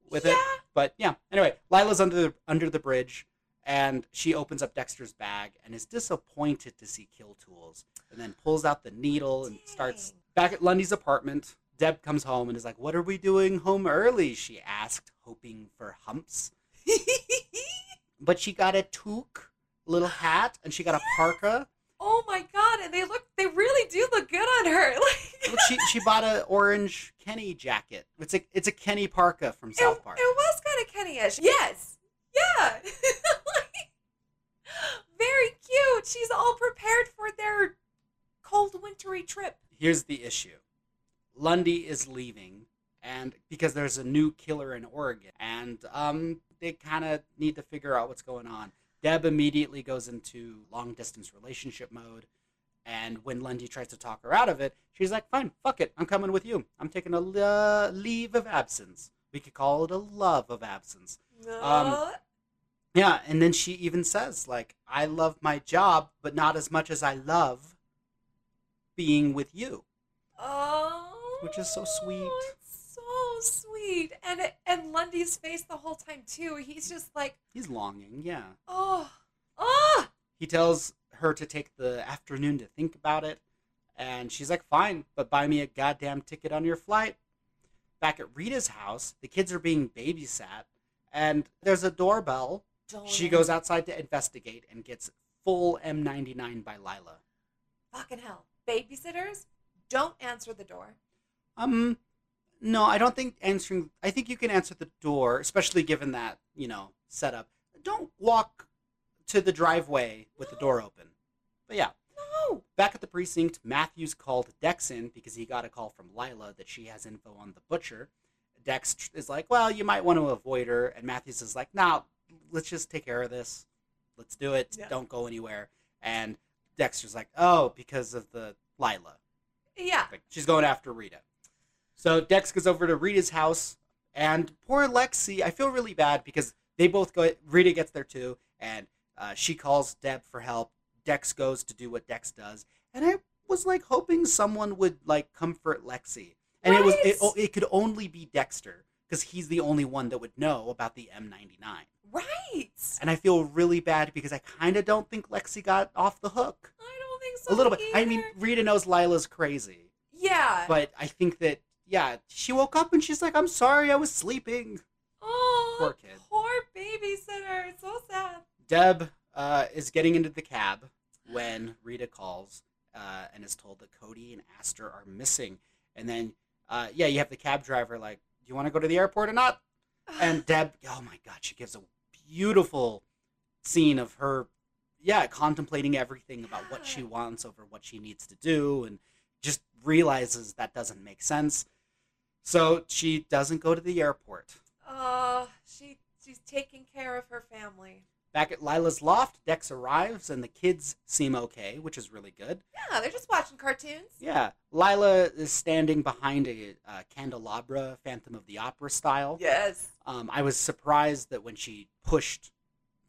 [SPEAKER 2] with
[SPEAKER 1] yeah.
[SPEAKER 2] it but yeah anyway lila's under the, under the bridge and she opens up dexter's bag and is disappointed to see kill tools and then pulls out the needle and starts
[SPEAKER 1] Dang.
[SPEAKER 2] back at lundy's apartment deb comes home and is like what are we doing home early she asked hoping for humps but she got a toque, little hat, and she got a parka.
[SPEAKER 1] [laughs] oh my god, and they look they really do look good on her. [laughs] Like
[SPEAKER 2] Look, she she bought an orange Kenny jacket. It's a it's a Kenny parka from
[SPEAKER 1] it,
[SPEAKER 2] South Park.
[SPEAKER 1] it was kind of Kenny-ish. Yes. Yeah. [laughs] Like, very cute. She's all prepared for their cold wintry trip.
[SPEAKER 2] Here's the issue: Lundy is leaving, and because there's a new killer in Oregon, and um, they kind of need to figure out what's going on. Deb immediately goes into long distance relationship mode. And when Lundy tries to talk her out of it, she's like, fine, fuck it. I'm coming with you. I'm taking a le- leave of absence. We could call it a love of absence.
[SPEAKER 1] Uh,
[SPEAKER 2] Yeah, and then she even says, like, I love my job, but not as much as I love being with you.
[SPEAKER 1] Oh,
[SPEAKER 2] Which is so sweet.
[SPEAKER 1] It's so sweet, and it, and Lundy's face the whole time too. He's just like,
[SPEAKER 2] He's longing, yeah.
[SPEAKER 1] oh, oh,
[SPEAKER 2] He tells her to take the afternoon to think about it, and she's like, fine, but buy me a goddamn ticket on your flight. Back at Rita's house, the kids are being babysat, and there's a doorbell.
[SPEAKER 1] don't.
[SPEAKER 2] She goes outside to investigate and gets full M99 by Lila.
[SPEAKER 1] fucking hell. Babysitters, don't answer the door.
[SPEAKER 2] Um, no, I don't think answering. I think you can answer the door, especially given that you know setup. don't walk to the driveway with the door open. But yeah,
[SPEAKER 1] No.
[SPEAKER 2] back at the precinct, Matthews called Dex in because he got a call from Lila that she has info on the butcher. Dex tr- is like, "Well, you might want to avoid her," and Matthews is like, "Nah, let's just take care of this. Let's do it.
[SPEAKER 1] Yeah.
[SPEAKER 2] Don't go anywhere." And Dexter's like, "Oh, because of the Lila."
[SPEAKER 1] Yeah.
[SPEAKER 2] Like, she's going after Rita. So Dex goes over to Rita's house, and poor Lexi. I feel really bad because they both go. Rita gets there too, and uh, she calls Deb for help. Dex goes to do what Dex does, and I was like hoping someone would like comfort Lexi, and it was it,
[SPEAKER 1] Right?
[SPEAKER 2] oh, it could only be Dexter because he's the only one that would know about the M99.
[SPEAKER 1] Right.
[SPEAKER 2] And I feel really bad because I kind of don't think Lexi got off the hook
[SPEAKER 1] I don't think so.
[SPEAKER 2] a little bit. I mean,
[SPEAKER 1] either.
[SPEAKER 2] Rita knows Lila's crazy,
[SPEAKER 1] yeah.
[SPEAKER 2] but I think that yeah, she woke up and she's like, "I'm sorry, I was sleeping."
[SPEAKER 1] oh,
[SPEAKER 2] poor kid.
[SPEAKER 1] poor babysitter. It's so sad.
[SPEAKER 2] Deb uh, is getting into the cab
[SPEAKER 1] [sighs]
[SPEAKER 2] when Rita calls uh, and is told that Cody and Aster are missing. And then uh, yeah, you have the cab driver like, "Do you want to go to the airport or not?" And Deb, oh my god, she gives a beautiful scene of her yeah, contemplating everything about what she
[SPEAKER 1] Yeah.
[SPEAKER 2] wants over what she needs to do and just realizes that doesn't make sense. So she doesn't go to the airport.
[SPEAKER 1] uh, she she's taking care of her family.
[SPEAKER 2] Back at Lila's loft, Dex arrives and the kids seem okay, which is really good.
[SPEAKER 1] Yeah, they're just watching cartoons.
[SPEAKER 2] Yeah, Lila is standing behind a uh, candelabra, Phantom of the Opera style.
[SPEAKER 1] Yes.
[SPEAKER 2] Um, I was surprised that when she pushed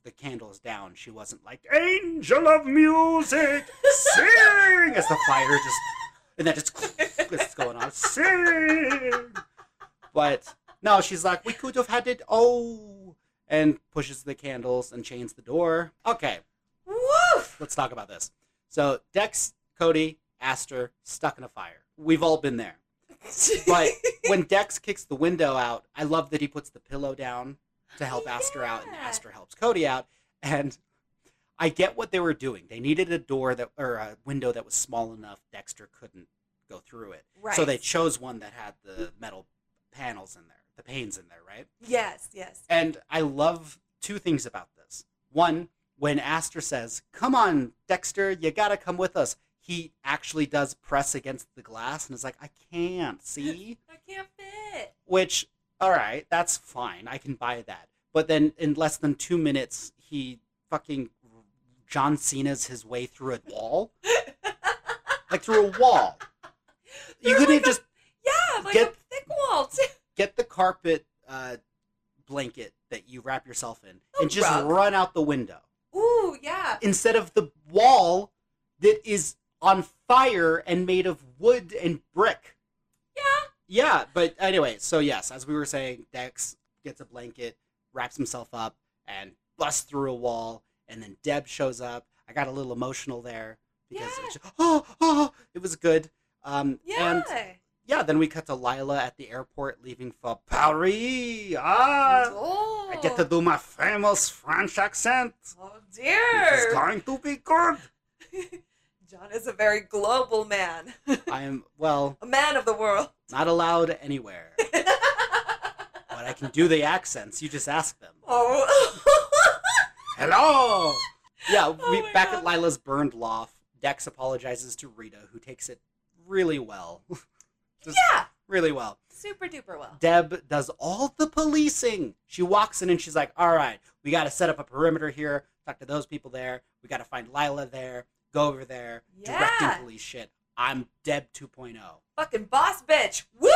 [SPEAKER 2] the candles down, she wasn't like "Angel of Music, sing" as the fire just and that just it's going on, sing. But no, she's like, we could have had it. Oh, and pushes the candles and chains the door. Okay,
[SPEAKER 1] Woof.
[SPEAKER 2] let's talk about this. So Dex, Cody, Aster, stuck in a fire. We've all been there. [laughs] But
[SPEAKER 1] [laughs]
[SPEAKER 2] when Dex kicks the window out, I love that he puts the pillow down to help Aster out, and
[SPEAKER 1] Yeah.
[SPEAKER 2] Aster helps Cody out. And I get what they were doing. They needed a door that or a window that was small enough Dexter couldn't go through it.
[SPEAKER 1] right.
[SPEAKER 2] So they chose one that had the metal panels in there, the panes in there, right?
[SPEAKER 1] Yes. Yes.
[SPEAKER 2] And I love two things about this. One, when Aster says, "Come on, Dexter, you gotta come with us," he actually does press against the glass and is like, "I can't
[SPEAKER 1] [laughs]
[SPEAKER 2] see."
[SPEAKER 1] I can't fit.
[SPEAKER 2] which all right that's fine i can buy that but then in less than two minutes he fucking john cena's his way through a
[SPEAKER 1] [laughs]
[SPEAKER 2] wall like through a wall you
[SPEAKER 1] They're
[SPEAKER 2] couldn't
[SPEAKER 1] like a-
[SPEAKER 2] just
[SPEAKER 1] Yeah, Ah, like
[SPEAKER 2] Get-
[SPEAKER 1] a thick wall. [laughs] too.
[SPEAKER 2] get the carpet uh, blanket that you wrap yourself in
[SPEAKER 1] A
[SPEAKER 2] and just
[SPEAKER 1] rug.
[SPEAKER 2] run out the window
[SPEAKER 1] Ooh, yeah.
[SPEAKER 2] instead of the wall that is on fire and made of wood and brick
[SPEAKER 1] Yeah.
[SPEAKER 2] Yeah, but anyway, so yes, as we were saying, Dex gets a blanket, wraps himself up, and busts through a wall, and then Deb shows up. I got a little emotional there because it, was just- oh, oh, it was good. Um,
[SPEAKER 1] Yeah.
[SPEAKER 2] And yeah, then we cut to Lila at the airport leaving for Paris. Ah,
[SPEAKER 1] oh.
[SPEAKER 2] I get to do my famous French accent.
[SPEAKER 1] Oh
[SPEAKER 2] This is
[SPEAKER 1] dear.
[SPEAKER 2] going to be good.
[SPEAKER 1] [laughs] John is a very global man,
[SPEAKER 2] I am, well,
[SPEAKER 1] a man of the world.
[SPEAKER 2] not allowed
[SPEAKER 1] [laughs]
[SPEAKER 2] anywhere, but I can do the accents. You just ask them.
[SPEAKER 1] oh. [laughs]
[SPEAKER 2] Hello. Yeah, we,
[SPEAKER 1] my
[SPEAKER 2] back at
[SPEAKER 1] God.
[SPEAKER 2] Lila's burned loft. Dex apologizes to Rita, who takes it really well, [laughs]
[SPEAKER 1] yeah.
[SPEAKER 2] really well.
[SPEAKER 1] Super duper well.
[SPEAKER 2] Deb does all the policing. She walks in and she's like, "All right, we got to set up a perimeter here. Talk to those people there. We got to find Lila there. Go over there.
[SPEAKER 1] Yeah.
[SPEAKER 2] Directing police shit. I'm Deb 2.0.
[SPEAKER 1] Fucking boss bitch. Woo!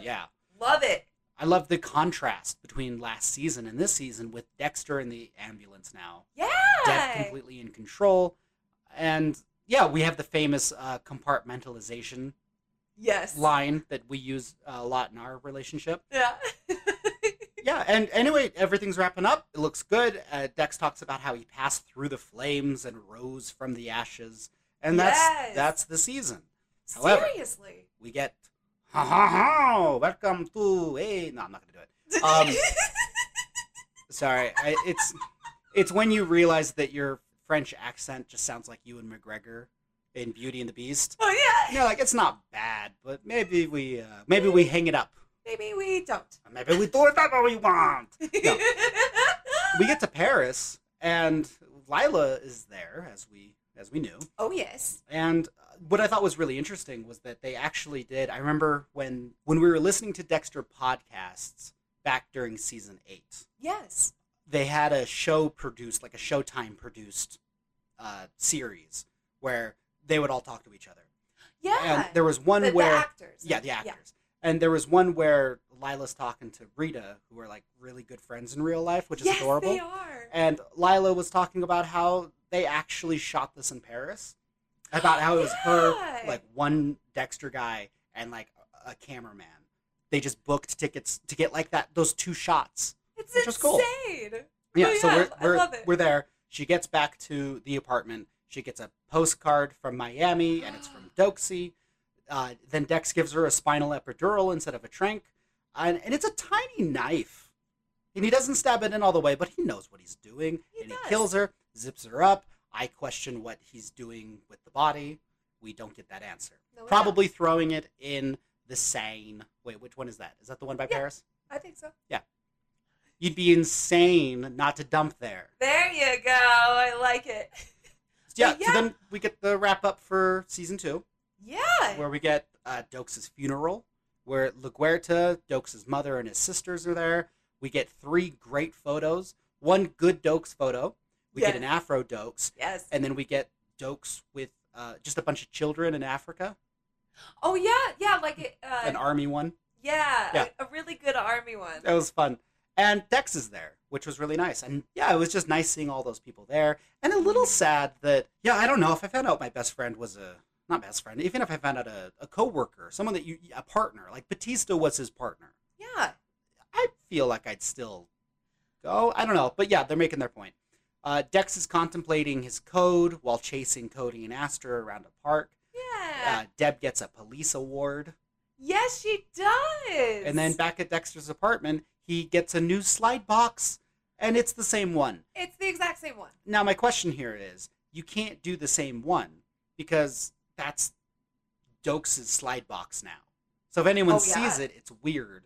[SPEAKER 2] Yeah."
[SPEAKER 1] Love it.
[SPEAKER 2] I love the contrast between last season and this season with Dexter in the ambulance now. Deb
[SPEAKER 1] Hi.
[SPEAKER 2] completely in control. And yeah, we have the famous uh, compartmentalization
[SPEAKER 1] Yes.
[SPEAKER 2] line that we use a lot in our relationship.
[SPEAKER 1] Yeah.
[SPEAKER 2] Yeah, and anyway, everything's wrapping up. It looks good. Uh, Dex talks about how he passed through the flames and rose from the ashes, and that's
[SPEAKER 1] Yes.
[SPEAKER 2] that's the season. However-
[SPEAKER 1] Seriously.
[SPEAKER 2] We get ha ha ha. Welcome to hey. No, I'm not gonna do it. Um, Sorry, I, it's it's when you realize that your French accent just sounds like you and McGregor in Beauty and the Beast.
[SPEAKER 1] [laughs] oh yeah.
[SPEAKER 2] Yeah, like it's not bad, but maybe we uh, maybe we hang it up.
[SPEAKER 1] Maybe we don't.
[SPEAKER 2] Maybe we do it that way we want. No. we get to Paris, and Lila is there, as we as we knew.
[SPEAKER 1] [laughs] Oh yes.
[SPEAKER 2] And uh, what I thought was really interesting was that they actually did. I remember when when we were listening to Dexter podcasts back during season eight,
[SPEAKER 1] Yes.
[SPEAKER 2] they had a show produced, like a Showtime produced uh, series, where they would all talk to each other.
[SPEAKER 1] Yeah.
[SPEAKER 2] And there was one
[SPEAKER 1] the, the
[SPEAKER 2] where
[SPEAKER 1] actors.
[SPEAKER 2] yeah, the actors. And there was one where Lila's talking to Rita, who are like really good friends in real life, which is
[SPEAKER 1] yes,
[SPEAKER 2] adorable.
[SPEAKER 1] they are.
[SPEAKER 2] And Lila was talking about how they actually shot this in Paris. About how it was her,
[SPEAKER 1] Yeah.
[SPEAKER 2] like one Dexter guy and like a a cameraman. They just booked tickets to get like that those two shots.
[SPEAKER 1] It's insane.
[SPEAKER 2] which was cool. Yeah,
[SPEAKER 1] Oh,
[SPEAKER 2] so
[SPEAKER 1] yeah,
[SPEAKER 2] we're
[SPEAKER 1] I
[SPEAKER 2] we're,
[SPEAKER 1] love it.
[SPEAKER 2] we're there. She gets back to the apartment. She gets a postcard from Miami, and it's
[SPEAKER 1] [gasps]
[SPEAKER 2] from Doxy. Uh, then Dex gives her a spinal epidural instead of a trank, and, and it's a tiny knife. And he doesn't stab it in all the way, but he knows what he's doing,
[SPEAKER 1] He
[SPEAKER 2] and he
[SPEAKER 1] does.
[SPEAKER 2] kills her, zips her up. I question what he's doing with the body. We don't get that answer.
[SPEAKER 1] No, we
[SPEAKER 2] Probably throwing it in the Seine. Wait, which one is that? Is that the one by
[SPEAKER 1] Yeah.
[SPEAKER 2] Paris?
[SPEAKER 1] don't. I think so.
[SPEAKER 2] You'd be insane not to dump there.
[SPEAKER 1] There you go. I like it. [laughs]
[SPEAKER 2] yeah,
[SPEAKER 1] But
[SPEAKER 2] so
[SPEAKER 1] yeah.
[SPEAKER 2] then we get the wrap up for season two,
[SPEAKER 1] Yeah.
[SPEAKER 2] where we get uh, Dox's funeral, where LaGuerta, Dox's mother, and his sisters are there. We get three great photos one good Dox photo, we get
[SPEAKER 1] Yeah.
[SPEAKER 2] an Afro Dox,
[SPEAKER 1] yes.
[SPEAKER 2] and then we get Dox with uh, just a bunch of children in Africa,
[SPEAKER 1] Oh yeah, yeah, like it, uh,
[SPEAKER 2] an army one.
[SPEAKER 1] yeah,
[SPEAKER 2] yeah.
[SPEAKER 1] A, a really good army one.
[SPEAKER 2] That was fun. And Dex is there, which was really nice. And yeah, it was just nice seeing all those people there. And a little sad that, yeah, I don't know if I found out my best friend was a, not best friend, even if I found out a, a co worker, someone that you, a partner, like Batista was his partner,
[SPEAKER 1] Yeah.
[SPEAKER 2] I feel like I'd still go. I don't know. But yeah, they're making their point. Uh, Dex is contemplating his code while chasing Cody and Astor around a park.
[SPEAKER 1] Yeah.
[SPEAKER 2] Uh, Deb gets a police award.
[SPEAKER 1] yes, she does.
[SPEAKER 2] And then back at Dexter's apartment, he gets a new slide box, and it's the same one.
[SPEAKER 1] it's the exact same one.
[SPEAKER 2] Now, my question here is you can't do the same one because that's Dox's slide box now. So if anyone
[SPEAKER 1] Oh,
[SPEAKER 2] sees
[SPEAKER 1] yeah. Uh,
[SPEAKER 2] it, it's weird,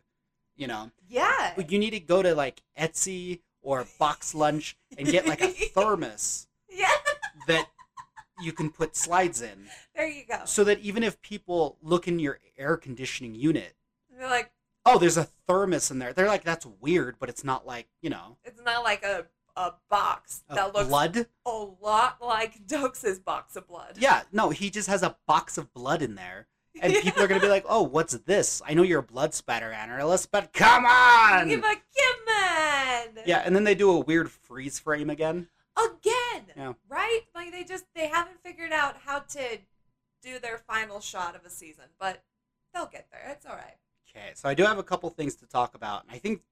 [SPEAKER 2] you know?
[SPEAKER 1] Yeah.
[SPEAKER 2] But you need to go to like Etsy or Box Lunch and
[SPEAKER 1] [laughs]
[SPEAKER 2] get like a thermos
[SPEAKER 1] yeah.
[SPEAKER 2] that you can put slides in
[SPEAKER 1] There you go.
[SPEAKER 2] so that even if people look in your air conditioning unit,
[SPEAKER 1] And They're like,
[SPEAKER 2] oh, there's a thermos in there. They're like, that's weird, but it's not like, you know,
[SPEAKER 1] it's not like a a box
[SPEAKER 2] a
[SPEAKER 1] that looks
[SPEAKER 2] blood.
[SPEAKER 1] [laughs] a lot like [laughs] Dox's box of blood.
[SPEAKER 2] Yeah, no, he just has a box of blood in there.
[SPEAKER 1] [laughs]
[SPEAKER 2] And people are going to be like, oh, what's this? I know you're a blood spatter analyst, but come
[SPEAKER 1] And you're
[SPEAKER 2] on!
[SPEAKER 1] like, yeah, man.
[SPEAKER 2] Yeah, and then they do a weird freeze frame again.
[SPEAKER 1] Again.
[SPEAKER 2] Yeah.
[SPEAKER 1] Right? Like they just they haven't figured out how to do their final shot of a season, but they'll get there. It's all right.
[SPEAKER 2] Okay, so I do have a couple things to talk about. and I think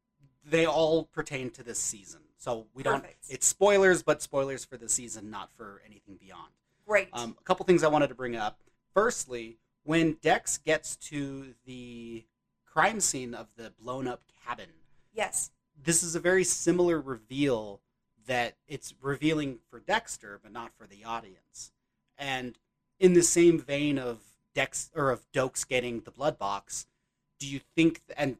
[SPEAKER 2] they all pertain to this season. So we don't,
[SPEAKER 1] Perfect.
[SPEAKER 2] it's spoilers, but spoilers for the season, not for anything beyond.
[SPEAKER 1] Great.
[SPEAKER 2] Um, a couple things I wanted to bring up. Firstly, when Dex gets to the crime scene of the blown up cabin,
[SPEAKER 1] yes.
[SPEAKER 2] this is a very similar reveal that it's revealing for Dexter, but not for the audience. And in the same vein of Dex or of Doakes getting the blood box, do you think and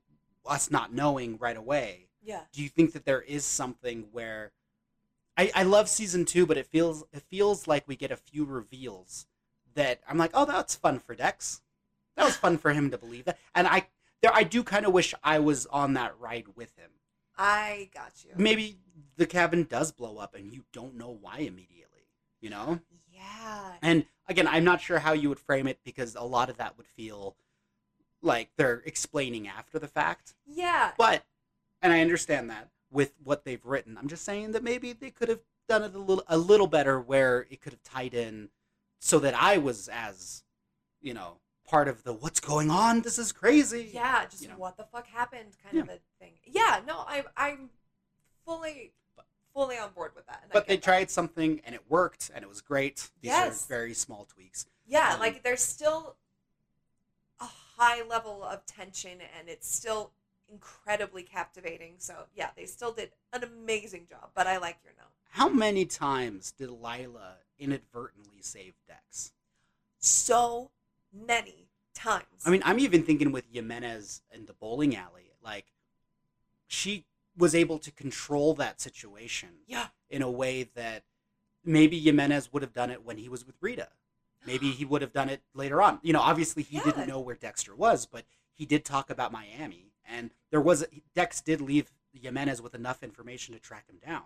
[SPEAKER 2] us not knowing right away,
[SPEAKER 1] Yeah.
[SPEAKER 2] do you think that there is something where I, I love season two, but it feels it feels like we get a few reveals that I'm like, oh, that's fun for Dex. That was fun for him to believe that, and I there I do kind of wish I was on that ride with him.
[SPEAKER 1] I got you.
[SPEAKER 2] Maybe the cabin does blow up, and you don't know why immediately. You know,
[SPEAKER 1] yeah.
[SPEAKER 2] and again, I'm not sure how you would frame it because a lot of that would feel like they're explaining after the fact.
[SPEAKER 1] Yeah.
[SPEAKER 2] But, and I understand that with what they've written, I'm just saying that maybe they could have done it a little a little better, where it could have tied in, so that I was as, you know, part of the what's going on. This is crazy.
[SPEAKER 1] Yeah. Just
[SPEAKER 2] you know.
[SPEAKER 1] what the fuck happened kind of a thing. Yeah. No, I, I'm fully, fully on board with that. and I
[SPEAKER 2] But they
[SPEAKER 1] get that.
[SPEAKER 2] tried something and it worked and it was great. These
[SPEAKER 1] Yes.
[SPEAKER 2] are very small tweaks.
[SPEAKER 1] Yeah.
[SPEAKER 2] um,
[SPEAKER 1] like there's still a high level of tension and it's still incredibly captivating. So yeah, they still did an amazing job, but I like your note.
[SPEAKER 2] How many times did Lila inadvertently save Dex?
[SPEAKER 1] So many times.
[SPEAKER 2] I mean, I'm even thinking with Jimenez and the bowling alley, like she was able to control that situation
[SPEAKER 1] Yeah.
[SPEAKER 2] in a way that maybe Jimenez would have done it when he was with Rita. Maybe he would have done it later on. You know, obviously he
[SPEAKER 1] Yeah.
[SPEAKER 2] didn't know where Dexter was, but he did talk about Miami, and there was Dex did leave Jimenez with enough information to track him down.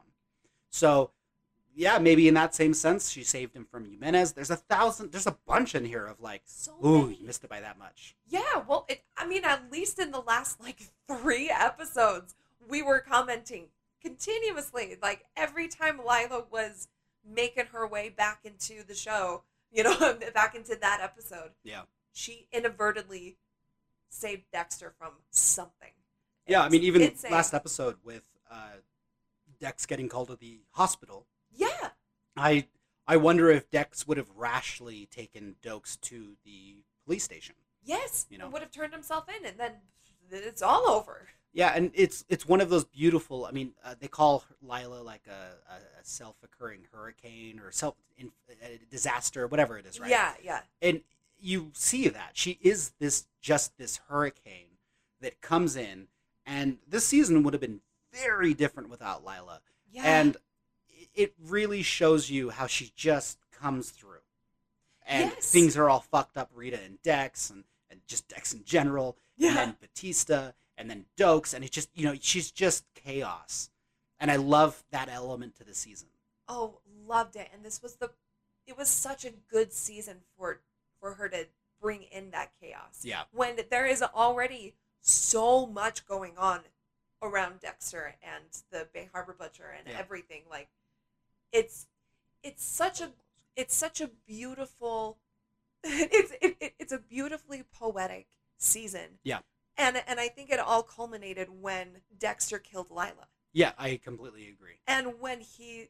[SPEAKER 2] So, yeah, maybe in that same sense, she saved him from Jimenez. There's a thousand, there's a bunch in here of like,
[SPEAKER 1] [gasps] So
[SPEAKER 2] ooh,
[SPEAKER 1] many.
[SPEAKER 2] you missed it by that much.
[SPEAKER 1] Yeah, well, it, I mean, at least in the last like three episodes, we were commenting continuously. Like every time Lila was making her way back into the show, you know, [laughs] back into that episode,
[SPEAKER 2] Yeah.
[SPEAKER 1] she inadvertently saved Dexter from something.
[SPEAKER 2] Yeah, I mean, even
[SPEAKER 1] Insane.
[SPEAKER 2] last episode with uh, Dex getting called to the hospital,
[SPEAKER 1] Yeah,
[SPEAKER 2] I I wonder if Dex would have rashly taken Dokes to the police station.
[SPEAKER 1] yes,
[SPEAKER 2] You know.
[SPEAKER 1] would have turned himself in, and then it's all over.
[SPEAKER 2] Yeah, and it's it's one of those beautiful. I mean, uh, they call Lila like a, a, a self-occurring hurricane or self in, a disaster, whatever it is, right?
[SPEAKER 1] Yeah, yeah,
[SPEAKER 2] and you see that she is this just this hurricane that comes in, and this season would have been very different without Lila,
[SPEAKER 1] yeah.
[SPEAKER 2] and it- it really shows you how she just comes through and
[SPEAKER 1] Yes.
[SPEAKER 2] things are all fucked up rita and dex and, and just dex in general
[SPEAKER 1] yeah,
[SPEAKER 2] and then batista and then dokes and it's just you know she's just chaos and i love that element to the season
[SPEAKER 1] Oh, loved it. And this was the it was such a good season for for her to bring in that chaos.
[SPEAKER 2] yeah
[SPEAKER 1] When there is already so much going on around Dexter and the Bay Harbor Butcher and
[SPEAKER 2] Yeah.
[SPEAKER 1] everything like it's it's such a it's such a beautiful [laughs] it's it, it, it's a beautifully poetic season.
[SPEAKER 2] Yeah.
[SPEAKER 1] And and I think it all culminated when Dexter killed Lila
[SPEAKER 2] yeah i completely agree
[SPEAKER 1] and when he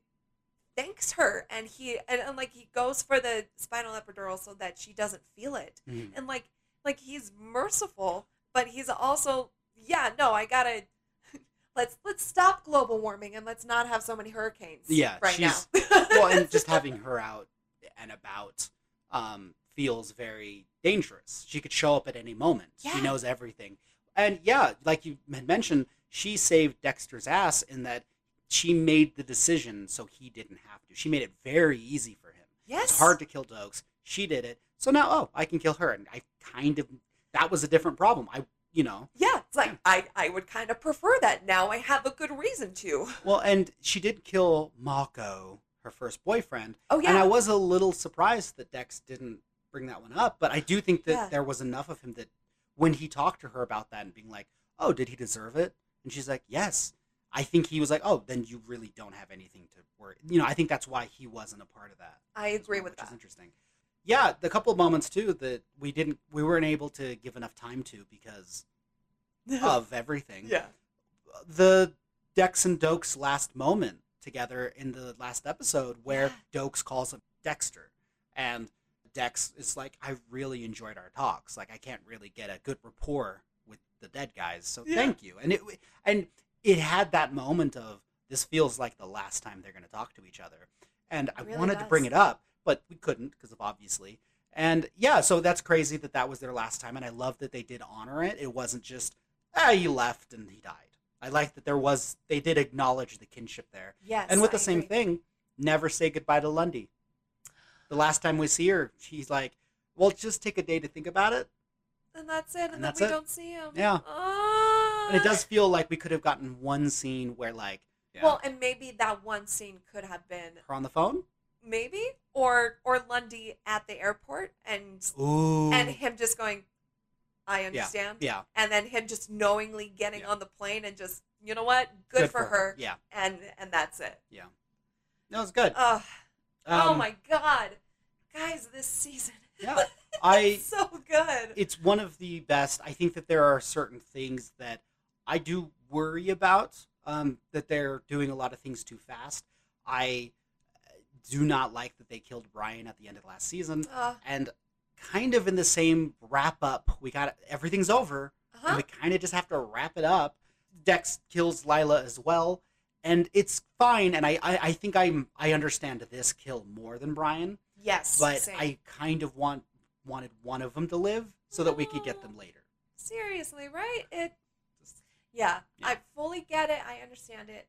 [SPEAKER 1] thanks her and he and, and like he goes for the spinal epidural so that she doesn't feel it
[SPEAKER 2] Mhm.
[SPEAKER 1] and like like he's merciful but he's also yeah no i gotta [laughs] let's let's stop global warming and let's not have so many hurricanes
[SPEAKER 2] Yeah,
[SPEAKER 1] right
[SPEAKER 2] she's-
[SPEAKER 1] now
[SPEAKER 2] well and just having her out and about um, feels very dangerous she could show up at any moment
[SPEAKER 1] Yeah.
[SPEAKER 2] she knows everything and yeah like you had mentioned she saved dexter's ass in that she made the decision so he didn't have to she made it very easy for him
[SPEAKER 1] [laughs] yes
[SPEAKER 2] it's hard to kill Dokes. She did it. So now, oh, I can kill her. And I kind of, that was a different problem. I, you know,
[SPEAKER 1] yeah it's like i i would kind of prefer that now i have a good reason to
[SPEAKER 2] well, and she did kill Mako, her first boyfriend.
[SPEAKER 1] oh yeah
[SPEAKER 2] And I was a little surprised that Dex didn't bring that one up. But I do think that
[SPEAKER 1] Yeah.
[SPEAKER 2] there was enough of him that when he talked to her about that and being like, oh, did he deserve it? And she's like, yes. I think he was like, oh, then you really don't have anything to worry. You know, I think that's why he wasn't a part of that.
[SPEAKER 1] i
[SPEAKER 2] as
[SPEAKER 1] agree
[SPEAKER 2] well,
[SPEAKER 1] with
[SPEAKER 2] which is
[SPEAKER 1] that
[SPEAKER 2] interesting. Yeah, the couple of moments too that we didn't, we weren't able to give enough time to because
[SPEAKER 1] [laughs]
[SPEAKER 2] of everything.
[SPEAKER 1] yeah
[SPEAKER 2] The Dex and Dokes last moment together in the last episode where Dokes calls him Dexter, and Dex is like, "I really enjoyed our talks. Like, I can't really get a good rapport with the dead guys, so
[SPEAKER 1] Yeah.
[SPEAKER 2] thank you." And it and it had that moment of this feels like the last time they're going to talk to each other, and I
[SPEAKER 1] It really
[SPEAKER 2] wanted to
[SPEAKER 1] does.
[SPEAKER 2] bring it up, but we couldn't because of obviously. And yeah, so that's crazy that that was their last time, and I love that they did honor it. It wasn't just ah, he left and he died. I like that there was they did acknowledge the kinship there,
[SPEAKER 1] yes
[SPEAKER 2] and with
[SPEAKER 1] I
[SPEAKER 2] the same
[SPEAKER 1] agree.
[SPEAKER 2] thing, never say goodbye to Lundy. The last time we see her, she's like, "Well, just take a day to think about it."
[SPEAKER 1] and that's it and,
[SPEAKER 2] And
[SPEAKER 1] then
[SPEAKER 2] that's
[SPEAKER 1] we
[SPEAKER 2] it.
[SPEAKER 1] don't see him
[SPEAKER 2] Yeah.
[SPEAKER 1] Ah.
[SPEAKER 2] And it does feel like we could have gotten one scene where, like,
[SPEAKER 1] Well, and maybe that one scene could have been
[SPEAKER 2] her on the phone.
[SPEAKER 1] maybe or or Lundy at the airport and
[SPEAKER 2] Ooh,
[SPEAKER 1] and him just going, I understand,
[SPEAKER 2] yeah,
[SPEAKER 1] and then him just knowingly getting
[SPEAKER 2] Yeah.
[SPEAKER 1] on the plane and just you know what, good, for, her,
[SPEAKER 2] Yeah,
[SPEAKER 1] and and that's it.
[SPEAKER 2] no, it's good.
[SPEAKER 1] Ugh. oh
[SPEAKER 2] Um,
[SPEAKER 1] my god, guys, this season
[SPEAKER 2] Yeah,
[SPEAKER 1] [laughs]
[SPEAKER 2] I
[SPEAKER 1] is so good.
[SPEAKER 2] it's one of the best. I think that there are certain things that I do worry about. Um, that they're doing a lot of things too fast. I uh, do not like that they killed Brian at the end of last season,
[SPEAKER 1] Uh,
[SPEAKER 2] and kind of in the same wrap up, we got everything's over, and
[SPEAKER 1] huh
[SPEAKER 2] we kind of just have to wrap it up. Dex kills Lila as well, and it's fine. And I, I, I think I'm I understand this kill more than Brian
[SPEAKER 1] Yes,
[SPEAKER 2] but
[SPEAKER 1] same.
[SPEAKER 2] I kind of want wanted one of them to live so that we could get them later.
[SPEAKER 1] seriously, right? It. Yeah,
[SPEAKER 2] Yeah.
[SPEAKER 1] I fully get it. I understand it.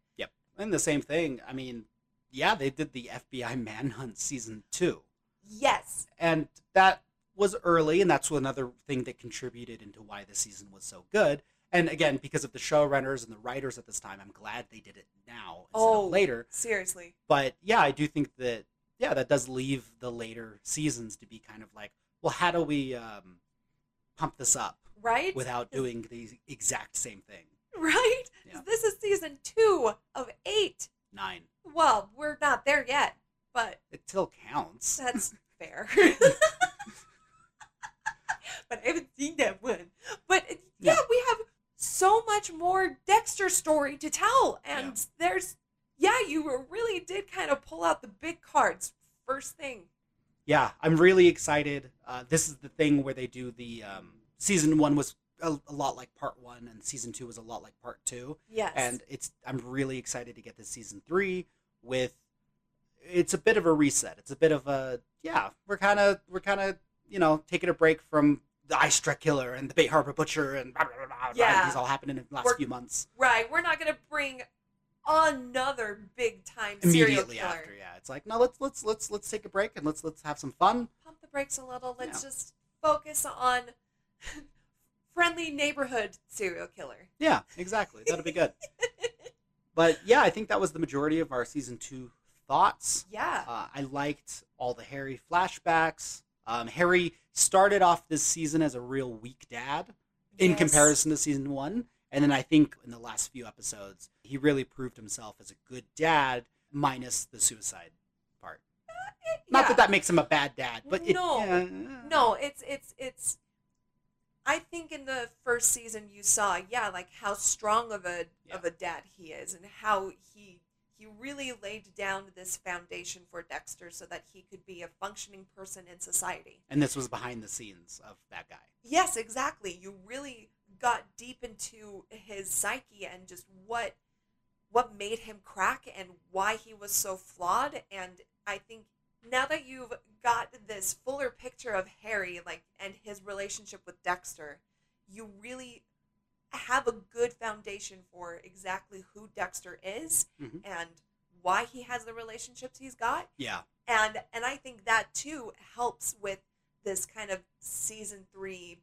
[SPEAKER 2] And the same thing. I mean, yeah, they did the FBI Manhunt season two,
[SPEAKER 1] Yes.
[SPEAKER 2] and that was early, and that's another thing that contributed into why the season was so good. And again, because of the showrunners and the writers at this time, I'm glad they did it now instead
[SPEAKER 1] Oh.
[SPEAKER 2] of later.
[SPEAKER 1] Seriously.
[SPEAKER 2] But yeah, I do think that yeah, that does leave the later seasons to be kind of like, well, how do we um, pump this up
[SPEAKER 1] Right?
[SPEAKER 2] [laughs] without doing the exact same thing?
[SPEAKER 1] [laughs] Right?
[SPEAKER 2] Yeah.
[SPEAKER 1] This is season two of eight.
[SPEAKER 2] Nine.
[SPEAKER 1] Well, we're not there yet, but
[SPEAKER 2] It still counts. [laughs]
[SPEAKER 1] that's fair. [laughs] but I haven't seen that one. But uh, yeah,
[SPEAKER 2] Yeah.
[SPEAKER 1] we have so much more Dexter story to tell. And there's, yeah, you were- really did kind of pull out the big cards first thing.
[SPEAKER 2] Yeah, I'm really excited. Uh, this is the thing where they do the um, season one was a, a lot like part one, and season two was a lot like part two.
[SPEAKER 1] Yes.
[SPEAKER 2] And it's I'm really excited to get to season three with. It's a bit of a reset. It's a bit of a yeah. We're kind of we're kind of you know taking a break from the Ice Truck Killer and the Bay Harbor Butcher and blah, blah, blah, blah,
[SPEAKER 1] Yeah.
[SPEAKER 2] blah. These all happened in the last
[SPEAKER 1] We're-
[SPEAKER 2] few months.
[SPEAKER 1] right. We're not going to bring another big time serial
[SPEAKER 2] Immediately
[SPEAKER 1] killer.
[SPEAKER 2] after, yeah. It's like no, let's let's let's let's take a break and let's let's have some fun.
[SPEAKER 1] pump the brakes a little. Let's just focus on [laughs] friendly neighborhood serial killer.
[SPEAKER 2] Yeah, exactly. That'll
[SPEAKER 1] [laughs]
[SPEAKER 2] be good. but yeah, I think that was the majority of our season two thoughts.
[SPEAKER 1] Yeah.
[SPEAKER 2] Uh, I liked all the Harry flashbacks. Um, Harry started off this season as a real weak dad in
[SPEAKER 1] Yes.
[SPEAKER 2] comparison to season one. And then I think in the last few episodes, he really proved himself as a good dad, minus the suicide part. Not
[SPEAKER 1] Yeah.
[SPEAKER 2] that that makes him a bad dad, but it-
[SPEAKER 1] No.
[SPEAKER 2] yeah.
[SPEAKER 1] No, it's it's it's. I think in the first season you saw, yeah, like how strong of a
[SPEAKER 2] Yeah.
[SPEAKER 1] of a dad he is, and how he he really laid down this foundation for Dexter so that he could be a functioning person in society.
[SPEAKER 2] And this was behind the scenes of that guy.
[SPEAKER 1] Yes, exactly. You really got deep into his psyche and just what what made him crack and why he was so flawed and I think now that you've got this fuller picture of Harry like and his relationship with Dexter, you really have a good foundation for exactly who Dexter is
[SPEAKER 2] Mhm.
[SPEAKER 1] and why he has the relationships he's got
[SPEAKER 2] Yeah.
[SPEAKER 1] and and I think that too helps with this kind of season three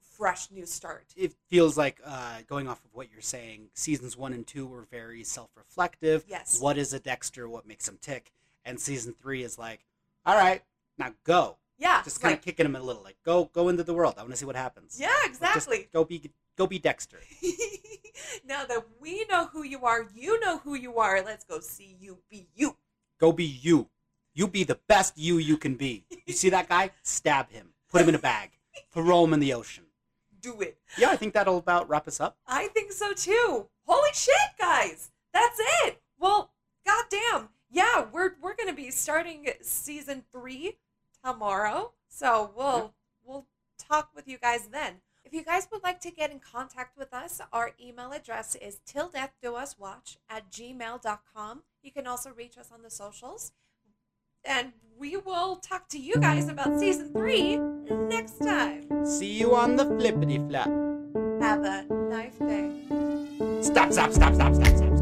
[SPEAKER 1] fresh new start.
[SPEAKER 2] it feels like uh, going off of what you're saying seasons one and two were very self-reflective
[SPEAKER 1] Yes.
[SPEAKER 2] what is a dexter what makes him tick and season three is like all right now go
[SPEAKER 1] Yeah.
[SPEAKER 2] just kind of
[SPEAKER 1] like-
[SPEAKER 2] kicking him a little like go go into the world i want to see what happens
[SPEAKER 1] yeah,
[SPEAKER 2] Like,
[SPEAKER 1] exactly.
[SPEAKER 2] just go be go be dexter
[SPEAKER 1] [laughs] now that we know who you are, you know who you are. Let's go see you be you.
[SPEAKER 2] go be you you be the best you you can be you see that guy stab him put him in a bag throw him in the ocean
[SPEAKER 1] Do it.
[SPEAKER 2] yeah i think that'll about wrap us up
[SPEAKER 1] I think so too. Holy shit, guys! That's it. Well, goddamn. Yeah, we're we're gonna be starting season three tomorrow, so we'll we'll talk with you guys then. If you guys would like to get in contact with us, our email address is till death do us watch at gmail.com. You can also reach us on the socials. And we will talk to you guys about season three next time.
[SPEAKER 2] see you on the flippity flap
[SPEAKER 1] Have a nice day.
[SPEAKER 2] stop stop stop stop stop stop